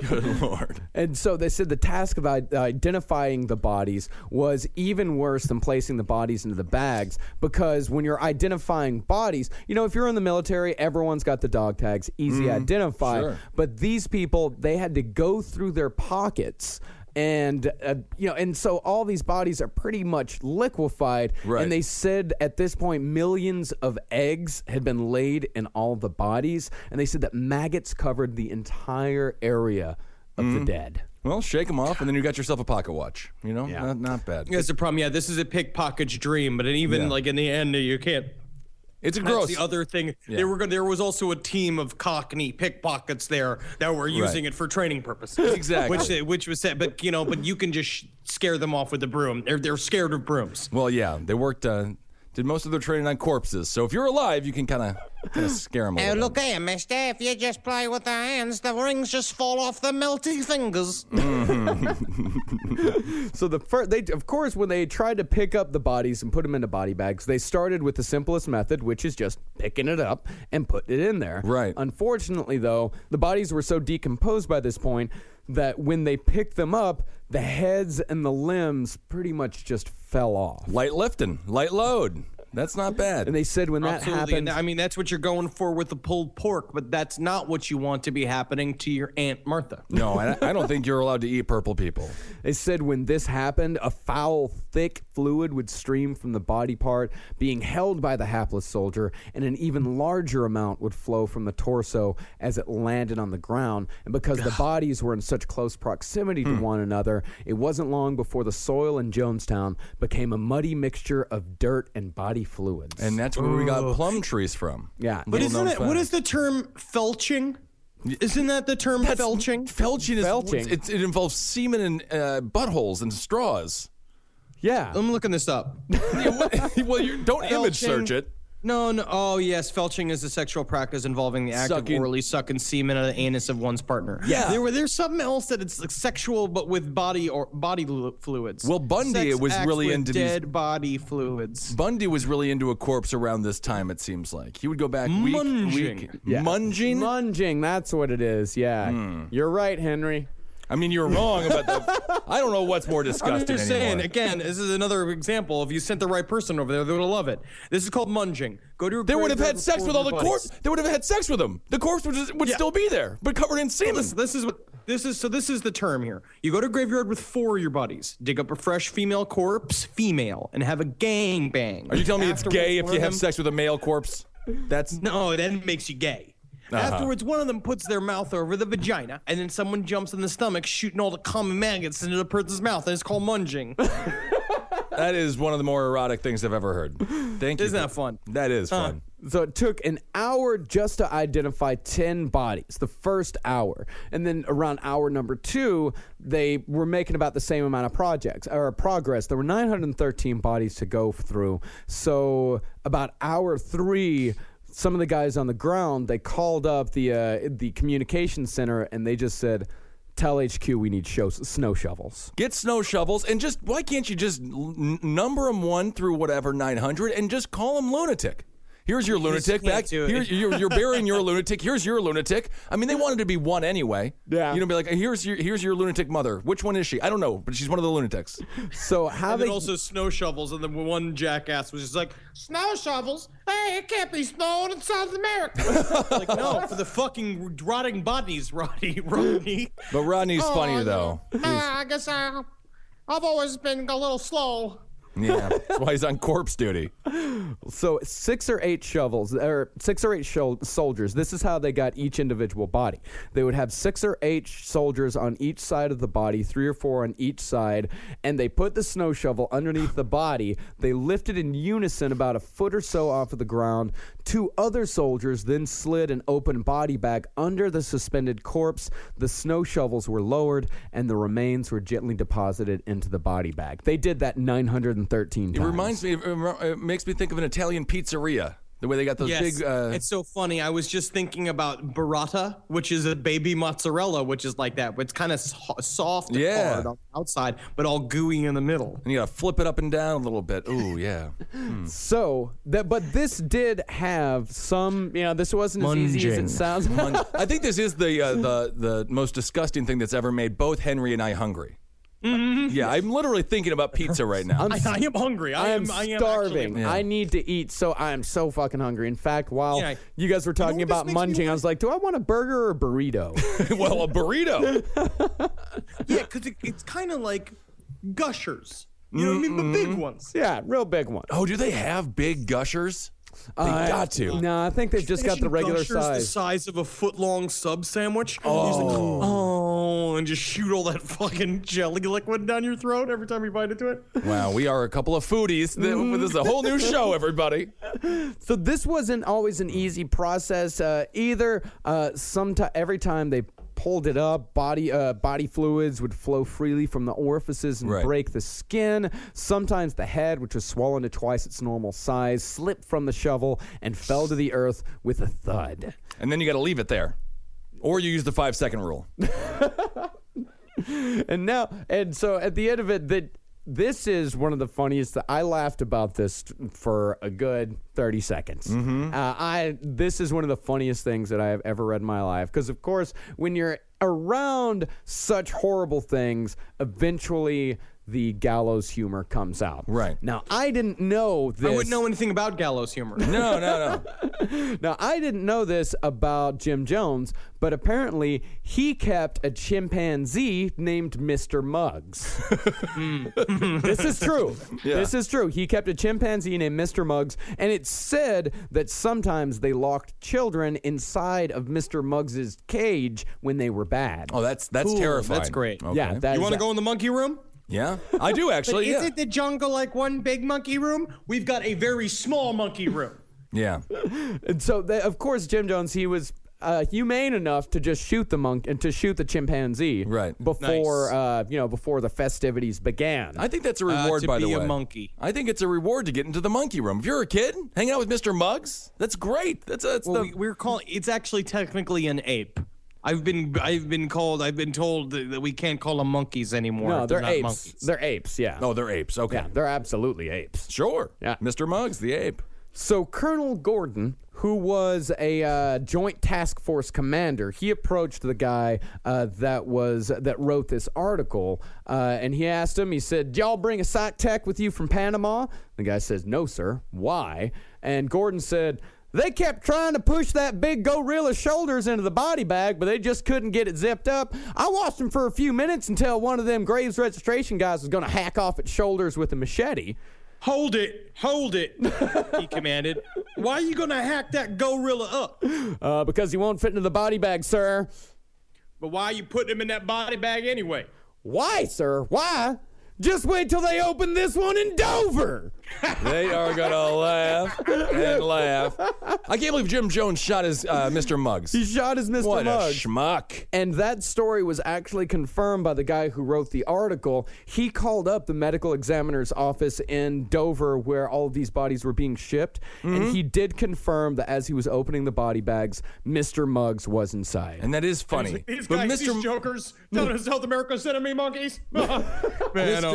[SPEAKER 3] Good lord.
[SPEAKER 4] And so they said the task of i- uh, identifying the bodies was even worse than placing the bodies into the bags because when you're identifying bodies, you know, if you're in the military, everyone's got the dog tags, easy to identify.
[SPEAKER 3] Mm-hmm. sure.
[SPEAKER 4] But these people, they had to go through their pockets. And uh, you know, and so all these bodies are pretty much liquefied,
[SPEAKER 3] Right.
[SPEAKER 4] and they said at this point millions of eggs had been laid in all the bodies, and they said that maggots covered the entire area of the dead.
[SPEAKER 3] Well, shake them off, and then you got yourself a pocket watch. You know, not, not bad.
[SPEAKER 6] That's the problem. Yeah, this is a pickpocket's dream, but even
[SPEAKER 3] Yeah.
[SPEAKER 6] like in the end, you can't.
[SPEAKER 3] It's
[SPEAKER 6] That's
[SPEAKER 3] gross.
[SPEAKER 6] the other thing. They were gonna, there was also a team of Cockney pickpockets there that were using it for training purposes.
[SPEAKER 3] Exactly.
[SPEAKER 6] Which they- which was said, but you know, but you can just sh- scare them off with a broom. They're they're scared of brooms.
[SPEAKER 3] well, yeah, they worked. Uh, did most of their training on corpses. So if you're alive, you can kind of scare them a
[SPEAKER 8] Oh,
[SPEAKER 3] little
[SPEAKER 8] look here, mister. If you just play with the hands, the rings just fall off the melty fingers.
[SPEAKER 4] So the first, they of course, when they tried to pick up the bodies and put them into body bags, they started with the simplest method, which is just picking it up and putting it in there.
[SPEAKER 3] Right.
[SPEAKER 4] Unfortunately, though, the bodies were so decomposed by this point that when they picked them up, the heads and the limbs pretty much just fell off.
[SPEAKER 3] Light lifting, light load. That's not bad.
[SPEAKER 4] And they said when that
[SPEAKER 6] Absolutely. And
[SPEAKER 4] happened,
[SPEAKER 6] I mean, that's what you're going for with the pulled pork, but that's not what you want to be happening to your Aunt Martha.
[SPEAKER 3] no, I, I don't think you're allowed to eat purple people.
[SPEAKER 4] They said when this happened, a foul, thick fluid would stream from the body part, being held by the hapless soldier, and an even larger amount would flow from the torso as it landed on the ground. And because the bodies were in such close proximity
[SPEAKER 6] Hmm.
[SPEAKER 4] to one another, it wasn't long before the soil in Jonestown became a muddy mixture of dirt and body fluids.
[SPEAKER 3] And that's where we got plum trees from.
[SPEAKER 4] Yeah. But
[SPEAKER 6] But
[SPEAKER 3] Little
[SPEAKER 6] isn't
[SPEAKER 3] known
[SPEAKER 6] it? What
[SPEAKER 3] fact.
[SPEAKER 6] is the term felching? Isn't that the term felching?
[SPEAKER 3] Felching is
[SPEAKER 4] Felching.
[SPEAKER 3] It, it involves semen and uh, buttholes and straws.
[SPEAKER 4] yeah.
[SPEAKER 6] I'm looking this up.
[SPEAKER 3] well, you don't image
[SPEAKER 6] Felching.
[SPEAKER 3] search it.
[SPEAKER 6] No, no. Oh, yes. Felching is a sexual practice involving the act
[SPEAKER 3] Sucking.
[SPEAKER 6] of orally sucking semen out of the anus of one's partner.
[SPEAKER 3] Yeah.
[SPEAKER 6] There were there's something else that it's like sexual, but with body or body lu- fluids.
[SPEAKER 3] Well, Bundy
[SPEAKER 6] Sex
[SPEAKER 3] was
[SPEAKER 6] acts
[SPEAKER 3] really
[SPEAKER 6] with
[SPEAKER 3] into these-
[SPEAKER 6] dead body fluids.
[SPEAKER 3] Bundy was really into a corpse around this time. It seems like he would go back week, week,
[SPEAKER 6] Munging.
[SPEAKER 4] Yeah.
[SPEAKER 3] munging.
[SPEAKER 4] Lunging, that's what it is. Yeah.
[SPEAKER 6] Hmm.
[SPEAKER 4] You're right, Henry.
[SPEAKER 3] I mean, you're wrong about the. I don't know what's more disgusting.
[SPEAKER 6] I'm just
[SPEAKER 3] anymore.
[SPEAKER 6] saying, again, this is another example. If you sent the right person over there, they would love it. This is called munging. Go to your
[SPEAKER 3] They would have had
[SPEAKER 6] graveyard
[SPEAKER 3] sex
[SPEAKER 6] before
[SPEAKER 3] with all the
[SPEAKER 6] their
[SPEAKER 3] corpse.
[SPEAKER 6] bodies.
[SPEAKER 3] They would have had sex with them. The corpse would, would
[SPEAKER 6] Yeah.
[SPEAKER 3] still be there, but covered in semen.
[SPEAKER 6] This, this is what this is. So this is the term here. You go to a graveyard with four of your buddies, dig up a fresh female corpse, female, and have a gang bang.
[SPEAKER 3] Are you telling me it's gay if you have
[SPEAKER 6] sex?
[SPEAKER 3] sex with a male corpse? That's
[SPEAKER 6] No, that makes you gay.
[SPEAKER 3] Uh-huh.
[SPEAKER 6] Afterwards, one of them puts their mouth over the vagina, and then someone jumps in the stomach, shooting all the common maggots into the person's mouth, and it's called munging.
[SPEAKER 3] that is one of the more erotic things I've ever heard. Thank you.
[SPEAKER 6] Isn't
[SPEAKER 3] for-
[SPEAKER 6] that fun?
[SPEAKER 3] That is fun.
[SPEAKER 4] So it took an hour just to identify 10 bodies, the first hour. And then around hour number two, they were making about the same amount of projects or progress. There were 913 bodies to go through. So about hour three, some of the guys on the ground, they called up the, uh, the communication center and they just said, Tell HQ we need show- snow shovels.
[SPEAKER 3] Get snow shovels and just why can't you just l- n- number them one through whatever nine hundred and just call them lunatic. Here's your lunatic
[SPEAKER 6] can't
[SPEAKER 3] back.
[SPEAKER 6] do it.
[SPEAKER 3] Here, you're, you're burying your lunatic. Here's your lunatic. I mean, they wanted to be one anyway.
[SPEAKER 4] Yeah.
[SPEAKER 3] You know, be like, here's your here's your lunatic mother. Which one is she? I don't know, but she's one of the lunatics.
[SPEAKER 4] So how
[SPEAKER 6] And
[SPEAKER 4] they
[SPEAKER 6] then also snow shovels, and then one jackass was just like,
[SPEAKER 8] Snow shovels? Hey, it can't be snowing in South America.
[SPEAKER 6] like no, for the fucking rotting bodies, Roddy, Rodney.
[SPEAKER 3] But Rodney's funny though.
[SPEAKER 8] Ah, I guess I, I've always been a little slow.
[SPEAKER 3] Yeah, that's why he's on corpse duty.
[SPEAKER 4] So six or eight shovels, or six or eight shol- soldiers. This is how they got each individual body. They would have six or eight soldiers on each side of the body, three or four on each side, and they put the snow shovel underneath the body. They lifted in unison about a foot or so off of the ground. Two other soldiers then slid an open body bag under the suspended corpse. The snow shovels were lowered, and the remains were gently deposited into the body bag. They did that 913
[SPEAKER 3] It
[SPEAKER 4] times.
[SPEAKER 3] reminds me. It, rem- it makes me think of an Italian pizzeria. The way they got those
[SPEAKER 6] Yes,
[SPEAKER 3] big. Uh,
[SPEAKER 6] it's so funny. I was just thinking about burrata, which is a baby mozzarella, which is like that. but It's kind of so- soft and
[SPEAKER 3] Yeah.
[SPEAKER 6] hard on the outside, but all gooey in the middle.
[SPEAKER 3] and you gotta flip it up and down a little bit. Ooh, yeah.
[SPEAKER 4] So that, but this did have some. You know, this wasn't as easy as it
[SPEAKER 6] Munging.
[SPEAKER 4] sounds.
[SPEAKER 3] Munch- I think this is the uh, the the most disgusting thing that's ever made both Henry and I hungry.
[SPEAKER 6] Mm-hmm.
[SPEAKER 3] Yeah, I'm literally thinking about pizza right now.
[SPEAKER 6] I, I am hungry. I,
[SPEAKER 4] I am
[SPEAKER 6] am, I am
[SPEAKER 4] starving.
[SPEAKER 6] Actually,
[SPEAKER 3] Yeah.
[SPEAKER 4] I need to eat, so I am so fucking hungry. In fact, while
[SPEAKER 6] Yeah.
[SPEAKER 4] you guys were talking
[SPEAKER 6] You know what
[SPEAKER 4] about
[SPEAKER 6] this makes
[SPEAKER 4] munging,
[SPEAKER 6] me
[SPEAKER 4] I
[SPEAKER 6] want?
[SPEAKER 4] was like, "Do I want a burger or a burrito?"
[SPEAKER 3] well, a burrito.
[SPEAKER 6] yeah, because it, it's kind of like gushers. You know what I mean? But
[SPEAKER 3] Mm-hmm.
[SPEAKER 6] big ones.
[SPEAKER 4] yeah, real big one.
[SPEAKER 3] Oh, do they have big gushers? They
[SPEAKER 4] Uh,
[SPEAKER 3] got to.
[SPEAKER 4] No, I think they've just got the
[SPEAKER 6] Imagine
[SPEAKER 4] regular
[SPEAKER 6] gushers the
[SPEAKER 4] size.
[SPEAKER 6] size of a foot long sub sandwich. Oh. He's like, oh, and just shoot all that fucking jelly liquid down your throat every time you bite into it.
[SPEAKER 3] Wow, we are a couple of foodies.
[SPEAKER 6] Mm-hmm.
[SPEAKER 3] Th- This is a whole new show, everybody.
[SPEAKER 4] So this wasn't always an easy process uh, either. Uh, someti- every time they hold it up. Body uh, body fluids would flow freely from the orifices and
[SPEAKER 3] Right.
[SPEAKER 4] break the skin. Sometimes the head, which was swollen to twice its normal size, slipped from the shovel and fell to the earth with a thud.
[SPEAKER 3] And then you got to leave it there. Or you use the five second rule.
[SPEAKER 4] and now and so at the end of it that this is one of the funniest that i laughed about this t- for a good 30 seconds
[SPEAKER 6] Mm-hmm.
[SPEAKER 4] uh, i this is one of the funniest things that i have ever read in my life because of course when you're around such horrible things eventually the gallows humor comes out
[SPEAKER 3] Right.
[SPEAKER 4] now i didn't know this
[SPEAKER 6] I wouldn't know anything about gallows humor.
[SPEAKER 3] No, no, no.
[SPEAKER 4] now, I didn't know this about Jim Jones, but apparently he kept a chimpanzee named Mr. Muggs.
[SPEAKER 3] Hmm.
[SPEAKER 4] this is true. This is true. He kept a chimpanzee named Mr. Muggs, and it's said that sometimes they locked children inside of Mr. Muggs's cage when they were bad.
[SPEAKER 3] Oh, that's that's
[SPEAKER 6] Cool,
[SPEAKER 3] terrifying.
[SPEAKER 6] that's great.
[SPEAKER 3] Okay.
[SPEAKER 4] Yeah, that
[SPEAKER 6] You
[SPEAKER 4] is
[SPEAKER 6] want to
[SPEAKER 4] a-
[SPEAKER 6] go in the monkey room?
[SPEAKER 3] yeah, I do actually.
[SPEAKER 6] Is
[SPEAKER 3] yeah.
[SPEAKER 6] it the jungle like one big monkey room? We've got a very small monkey room.
[SPEAKER 3] yeah.
[SPEAKER 4] And so, they, of course, Jim Jones, he was uh, humane enough to just shoot the monk and to shoot the chimpanzee
[SPEAKER 3] Right.
[SPEAKER 4] before
[SPEAKER 6] Nice.
[SPEAKER 4] uh, you know before the festivities began.
[SPEAKER 3] I think that's a reward,
[SPEAKER 6] Uh, to
[SPEAKER 3] by the
[SPEAKER 6] be a
[SPEAKER 3] way.
[SPEAKER 6] monkey.
[SPEAKER 3] I think it's a reward to get into the monkey room. If you're a kid, hang out with Mr. Muggs. That's great. That's that's
[SPEAKER 6] Well,
[SPEAKER 3] the
[SPEAKER 6] we, we're calling. It's actually technically an ape. I've been I've been called I've been told that that we can't call them monkeys anymore.
[SPEAKER 4] no,
[SPEAKER 6] if
[SPEAKER 4] they're
[SPEAKER 6] not
[SPEAKER 4] apes.
[SPEAKER 6] monkeys.
[SPEAKER 4] They're apes. Yeah.
[SPEAKER 3] oh, they're apes. Okay,
[SPEAKER 4] yeah. They're absolutely apes.
[SPEAKER 3] sure.
[SPEAKER 4] Yeah.
[SPEAKER 3] Mr. Muggs, the ape.
[SPEAKER 4] So Colonel Gordon, who was a uh, Joint Task Force commander, he approached the guy uh, that was that wrote this article, uh, and he asked him. He said, "Y'all bring a psych tech with you from Panama?" The guy says, "No, sir. Why?" And Gordon said. They kept trying to push that big gorilla's shoulders into the body bag, but they just couldn't get it zipped up. I watched them for a few minutes until one of them Graves registration guys was going to hack off its shoulders with a machete.
[SPEAKER 6] Hold it, hold it, he commanded. Why are you gonna hack that gorilla up?
[SPEAKER 4] Uh, because he won't fit into the body bag, sir.
[SPEAKER 6] But why are you putting him in that body bag anyway?
[SPEAKER 4] Why, sir? Why? Just wait till they open this one in Dover.
[SPEAKER 3] They are gonna laugh and laugh. I can't believe Jim Jones shot his uh, Mr. Muggs.
[SPEAKER 4] He shot his Mr.
[SPEAKER 3] what
[SPEAKER 4] Muggs.
[SPEAKER 3] a schmuck.
[SPEAKER 4] and that story was actually confirmed by the guy who wrote the article. He called up the medical examiner's office in Dover where all of these bodies were being shipped. And he did confirm that as he was opening the body bags, Mr. Muggs was inside.
[SPEAKER 3] And that is funny.
[SPEAKER 6] These
[SPEAKER 3] But
[SPEAKER 6] guys,
[SPEAKER 3] Mr.
[SPEAKER 6] these jokers, telling us South America sending me monkeys. man,
[SPEAKER 3] Mr.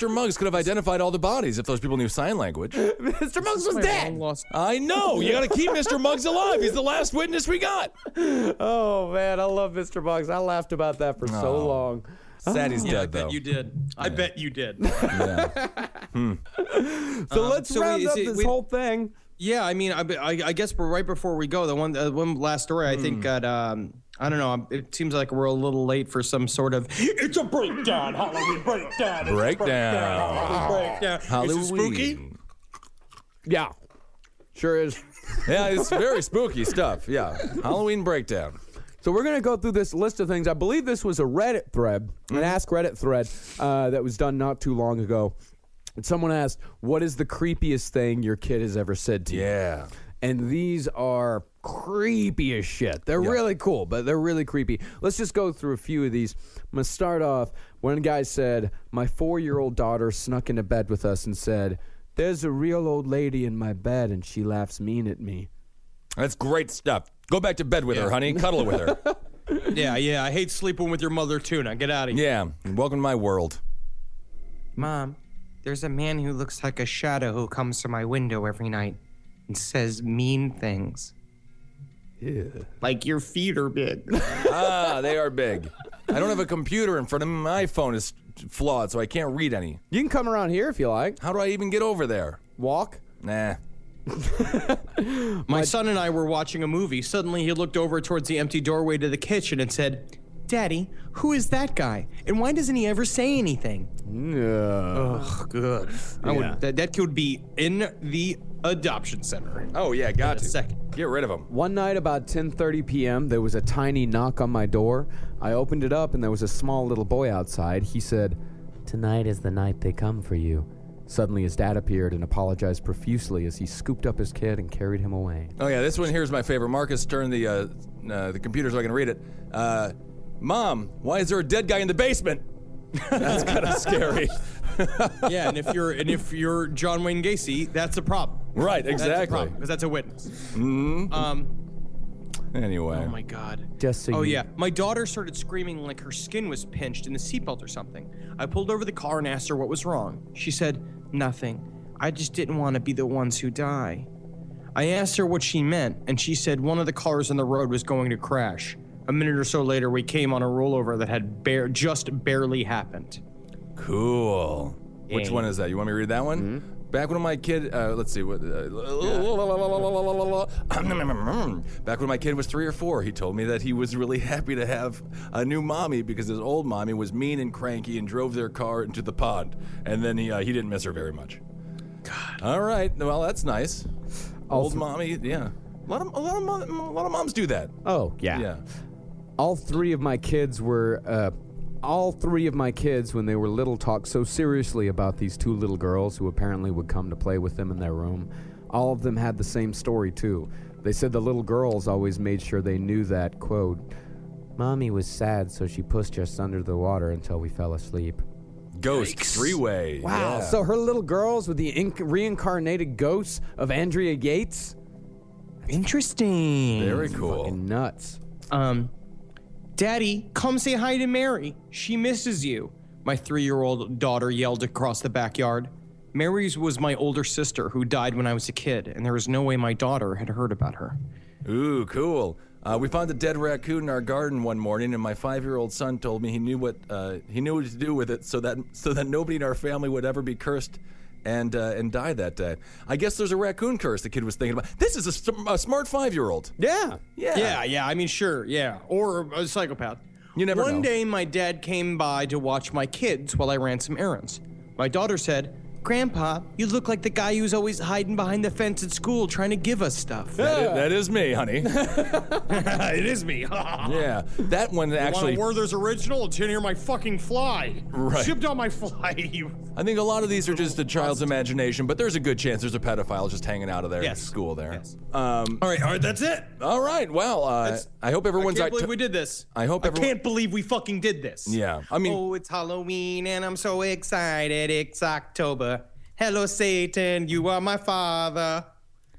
[SPEAKER 3] Mr. Muggs could have identified all the bodies if those people knew sign language.
[SPEAKER 4] Mr. Muggs was dead.
[SPEAKER 3] I know. You got to keep Mr. Muggs alive. He's the last witness we got.
[SPEAKER 4] Oh, man. I love Mr. Muggs. I laughed about that for so long.
[SPEAKER 3] Sad
[SPEAKER 4] Oh.
[SPEAKER 3] he's dead, though.
[SPEAKER 6] You did. I bet you did.
[SPEAKER 4] Um, So let's
[SPEAKER 6] so
[SPEAKER 4] round
[SPEAKER 6] is
[SPEAKER 4] up
[SPEAKER 6] it-
[SPEAKER 4] this
[SPEAKER 6] we-
[SPEAKER 4] whole thing.
[SPEAKER 6] Yeah, I mean, I, I, I guess we're right before we go. The one, uh, one last story. I think got. Um, I don't know. It seems like we're a little late for some sort of. It's a breakdown, Halloween breakdown. It's a
[SPEAKER 3] Breakdown.
[SPEAKER 6] breakdown.
[SPEAKER 3] Halloween.
[SPEAKER 6] Is it spooky?
[SPEAKER 4] Yeah. Sure is.
[SPEAKER 3] Yeah, it's very spooky stuff. Yeah. Halloween breakdown.
[SPEAKER 4] So we're going to go through this list of things. I believe this was a Reddit thread, an Ask Reddit thread uh, that was done not too long ago. And someone asked, "What is the creepiest thing your kid has ever said to you?"
[SPEAKER 3] Yeah.
[SPEAKER 4] And these are creepy as shit. They're really cool, but they're really creepy. Let's just go through a few of these. I'm going to start off. One guy said, My four year old daughter snuck into bed with us and said, There's a real old lady in my bed, and she laughs mean at me.
[SPEAKER 3] That's great stuff. Go back to bed with her, honey. Cuddle with her.
[SPEAKER 6] Yeah, yeah. I hate sleeping with your mother too. Now get out of here.
[SPEAKER 3] Yeah. Welcome to my world.
[SPEAKER 8] Mom, there's a man who looks like a shadow who comes to my window every night and says mean things.
[SPEAKER 6] Like your feet are big.
[SPEAKER 3] Ah, they are big. I don't have a computer in front of me. My phone is flawed, so I can't read any.
[SPEAKER 4] You can come around here if you like.
[SPEAKER 3] How do I even get over there?
[SPEAKER 4] Walk.
[SPEAKER 3] Nah.
[SPEAKER 6] My son and I were watching a movie. Suddenly, he looked over towards the empty doorway to the kitchen and said, "Daddy, who is that guy? And why doesn't he ever say anything?" Oh, good. I would, that, that could be in the adoption center.
[SPEAKER 3] Oh yeah, got to.
[SPEAKER 6] second.
[SPEAKER 3] Get rid of them.
[SPEAKER 4] One night about 10:30 p.m., there was a tiny knock on my door. I opened it up and there was a small little boy outside. He said, "Tonight is the night they come for you." Suddenly his dad appeared and apologized profusely as he scooped up his kid and carried him away.
[SPEAKER 3] Oh yeah, this one here is my favorite. Marcus, turn the uh, uh, the computer so I can read it. Uh, Mom, why is there a dead guy in the basement? That's kind of scary.
[SPEAKER 6] yeah, and if you're and if you're John Wayne Gacy, that's a problem.
[SPEAKER 3] Right, exactly.
[SPEAKER 6] because that's a witness.
[SPEAKER 3] Mhm.
[SPEAKER 6] Um.
[SPEAKER 3] Anyway.
[SPEAKER 6] Oh my God.
[SPEAKER 4] Just so
[SPEAKER 6] Oh
[SPEAKER 4] you-
[SPEAKER 6] yeah, my daughter started screaming like her skin was pinched in the seatbelt or something. I pulled over the car and asked her what was wrong. She said, "Nothing. I just didn't want to be the ones who die." I asked her what she meant, and she said one of the cars on the road was going to crash. A minute or so later, we came on a rollover that had bare, just barely happened.
[SPEAKER 3] Cool. Which one is that? You want me to read that one? Back when my kid, uh, let's see, what, uh, back when my kid was three or four, he told me that he was really happy to have a new mommy because his old mommy was mean and cranky and drove their car into the pond, and then he uh, he didn't miss her very much. God. All right. Well, that's nice. old mommy, yeah. A lot of a lot of, mom, a lot of moms do that.
[SPEAKER 4] Oh
[SPEAKER 3] Yeah.
[SPEAKER 4] all three of my kids were uh, all three of my kids when they were little talked so seriously about these two little girls who apparently would come to play with them in their room all of them had the same story too they said the little girls always made sure they knew that quote mommy was sad so she pushed us under the water until we fell asleep
[SPEAKER 3] Ghost three way.
[SPEAKER 4] wow so her little girls were the inc- reincarnated ghosts of andrea yates
[SPEAKER 6] Interesting.
[SPEAKER 3] Very cool.
[SPEAKER 4] Fucking nuts
[SPEAKER 6] Um, Daddy, come say hi to Mary. She misses you. My three year old daughter yelled across the backyard. Mary's was my older sister who died when I was a kid, and there was no way my daughter had heard about her.
[SPEAKER 3] Ooh, cool. Uh, we found a dead raccoon in our garden one morning, and my five-year-old son told me he knew what uh, he knew what to do with it, so that so that nobody in our family would ever be cursed and uh, and die that day. I guess there's a raccoon curse. The kid was thinking about. This is a, sm- a smart five-year-old.
[SPEAKER 4] yeah
[SPEAKER 3] Yeah.
[SPEAKER 6] Yeah, yeah, I mean, sure, yeah. Or a psychopath.
[SPEAKER 3] You never
[SPEAKER 6] One
[SPEAKER 3] know.
[SPEAKER 6] day, my dad came by to watch my kids while I ran some errands. My daughter said, Grandpa, you look like the guy who's always hiding behind the fence at school trying to give us stuff.
[SPEAKER 3] That is, that is me, honey.
[SPEAKER 6] it is me.
[SPEAKER 3] yeah, that one actually.
[SPEAKER 6] Werther's original? It's in here my fucking fly.
[SPEAKER 3] Right. Shipped
[SPEAKER 6] on my fly. You.
[SPEAKER 3] I think a lot of these are just the child's imagination, but there's a good chance there's a pedophile just hanging out of their
[SPEAKER 6] Yes.
[SPEAKER 3] school there.
[SPEAKER 6] Yes.
[SPEAKER 3] Um,
[SPEAKER 6] All right, all right, that's it.
[SPEAKER 3] all right. Well, uh,
[SPEAKER 6] That's-
[SPEAKER 3] I hope everyone's.
[SPEAKER 6] I can't believe
[SPEAKER 3] Oct-
[SPEAKER 6] we did this.
[SPEAKER 3] I hope everyone-
[SPEAKER 6] I can't believe we fucking did this.
[SPEAKER 3] Yeah, I mean-
[SPEAKER 6] Oh, it's Halloween and I'm so excited. It's October. Hello, Satan. You are my father.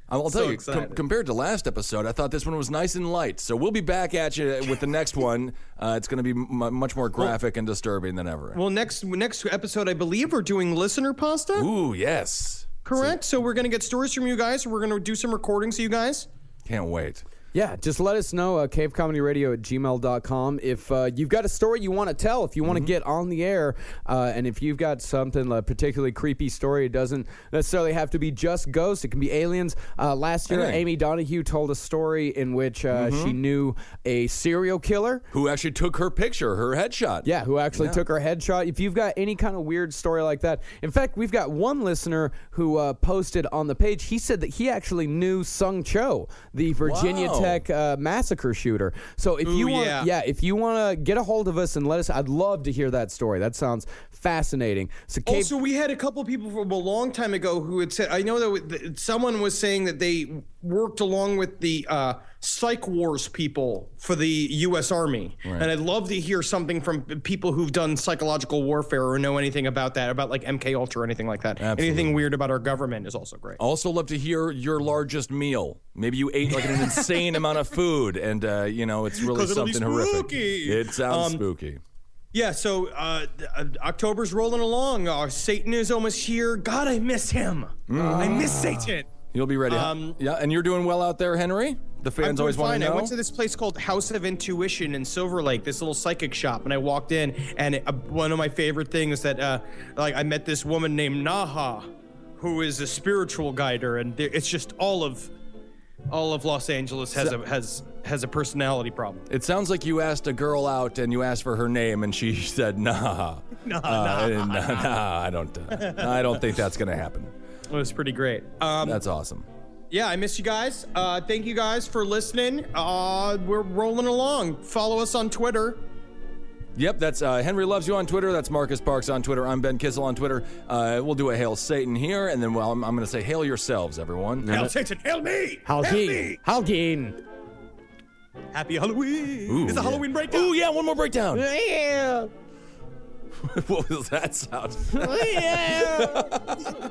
[SPEAKER 3] I'll
[SPEAKER 6] So
[SPEAKER 3] tell you, com-
[SPEAKER 6] excited.
[SPEAKER 3] compared to last episode, I thought this one was nice and light. So we'll be back at you with the next one. Uh, it's going to be m- much more graphic and disturbing than ever.
[SPEAKER 6] Well, next next episode, I believe we're doing listener pasta.
[SPEAKER 3] Ooh, yes.
[SPEAKER 6] Correct. So we're gonna get stories from you guys. We're gonna do some recordings of you guys.
[SPEAKER 3] Can't wait.
[SPEAKER 4] Yeah, just let us know, uh, cavecomedyradio at gmail.com. If uh, you've got a story you want to tell, if you want to get on the air, uh, and if you've got something, a particularly creepy story, it doesn't necessarily have to be just ghosts, it can be aliens. Uh, last year,
[SPEAKER 3] Anything.
[SPEAKER 4] Amy Donahue told a story in which uh, she knew a serial killer.
[SPEAKER 3] Who actually took her picture, her headshot?
[SPEAKER 4] Yeah, who actually took her headshot. If you've got any kind of weird story like that, in fact, we've got one listener who uh, posted on the page. He said that he actually knew Sung Cho, the Virginia
[SPEAKER 3] Wow.
[SPEAKER 4] Tech uh, massacre shooter. So if you
[SPEAKER 6] Ooh,
[SPEAKER 4] want,
[SPEAKER 6] yeah.
[SPEAKER 4] if you want to get a hold of us and let us, I'd love to hear that story. That sounds fascinating. So Cape,
[SPEAKER 6] Also, we had a couple people from a long time ago who had said, I know that with- that someone was saying that they worked along with the uh, psych wars people for the U.S. Army. And I'd love to hear something from people who've done psychological warfare or know anything about that, about like MK Ultra or anything like that. Anything weird about our government is also great.
[SPEAKER 3] Also, love to hear your largest meal. Maybe you ate like an insane amount of food, and uh, you know it's really
[SPEAKER 6] 'Cause it'll be
[SPEAKER 3] something horrific.
[SPEAKER 6] spooky.
[SPEAKER 3] It sounds
[SPEAKER 6] Um,
[SPEAKER 3] spooky.
[SPEAKER 6] Yeah, so uh, th- uh, October's rolling along. Our Satan is almost here. God, I miss him. I miss Satan.
[SPEAKER 3] You'll be ready. huh?
[SPEAKER 6] um,
[SPEAKER 3] yeah, and you're doing well out there, Henry. The fans
[SPEAKER 6] I'm
[SPEAKER 3] always
[SPEAKER 6] doing
[SPEAKER 3] want to
[SPEAKER 6] fine.
[SPEAKER 3] know.
[SPEAKER 6] I went to this place called House of Intuition in Silver Lake, this little psychic shop, and I walked in, and it, uh, one of my favorite things that, uh, like, I met this woman named Naha, who is a spiritual guider, and there, it's just all of, all of Los Angeles has a has has a personality problem.
[SPEAKER 3] It sounds like you asked a girl out and you asked for her name and she said nah. Nah, nah, nah, I don't uh, I don't think that's going to happen.
[SPEAKER 6] It was pretty great. Um,
[SPEAKER 3] That's awesome.
[SPEAKER 6] yeah, I miss you guys. Uh, thank you guys for listening. Uh, we're rolling along. Follow us on Twitter.
[SPEAKER 3] Yep, that's uh, Henry loves you on Twitter. That's Marcus Parks on Twitter. I'm Ben Kissel on Twitter. Uh, we'll do a hail Satan here, and then well, I'm, I'm going to say hail yourselves, everyone.
[SPEAKER 6] Hail Satan, hail me!
[SPEAKER 4] Halgeen, Halgeen.
[SPEAKER 7] Happy Halloween.
[SPEAKER 3] Ooh,
[SPEAKER 7] it's a
[SPEAKER 3] yeah.
[SPEAKER 7] Halloween breakdown.
[SPEAKER 3] Ooh, yeah, one more breakdown.
[SPEAKER 7] Yeah.
[SPEAKER 3] what was that sound?
[SPEAKER 7] Yeah.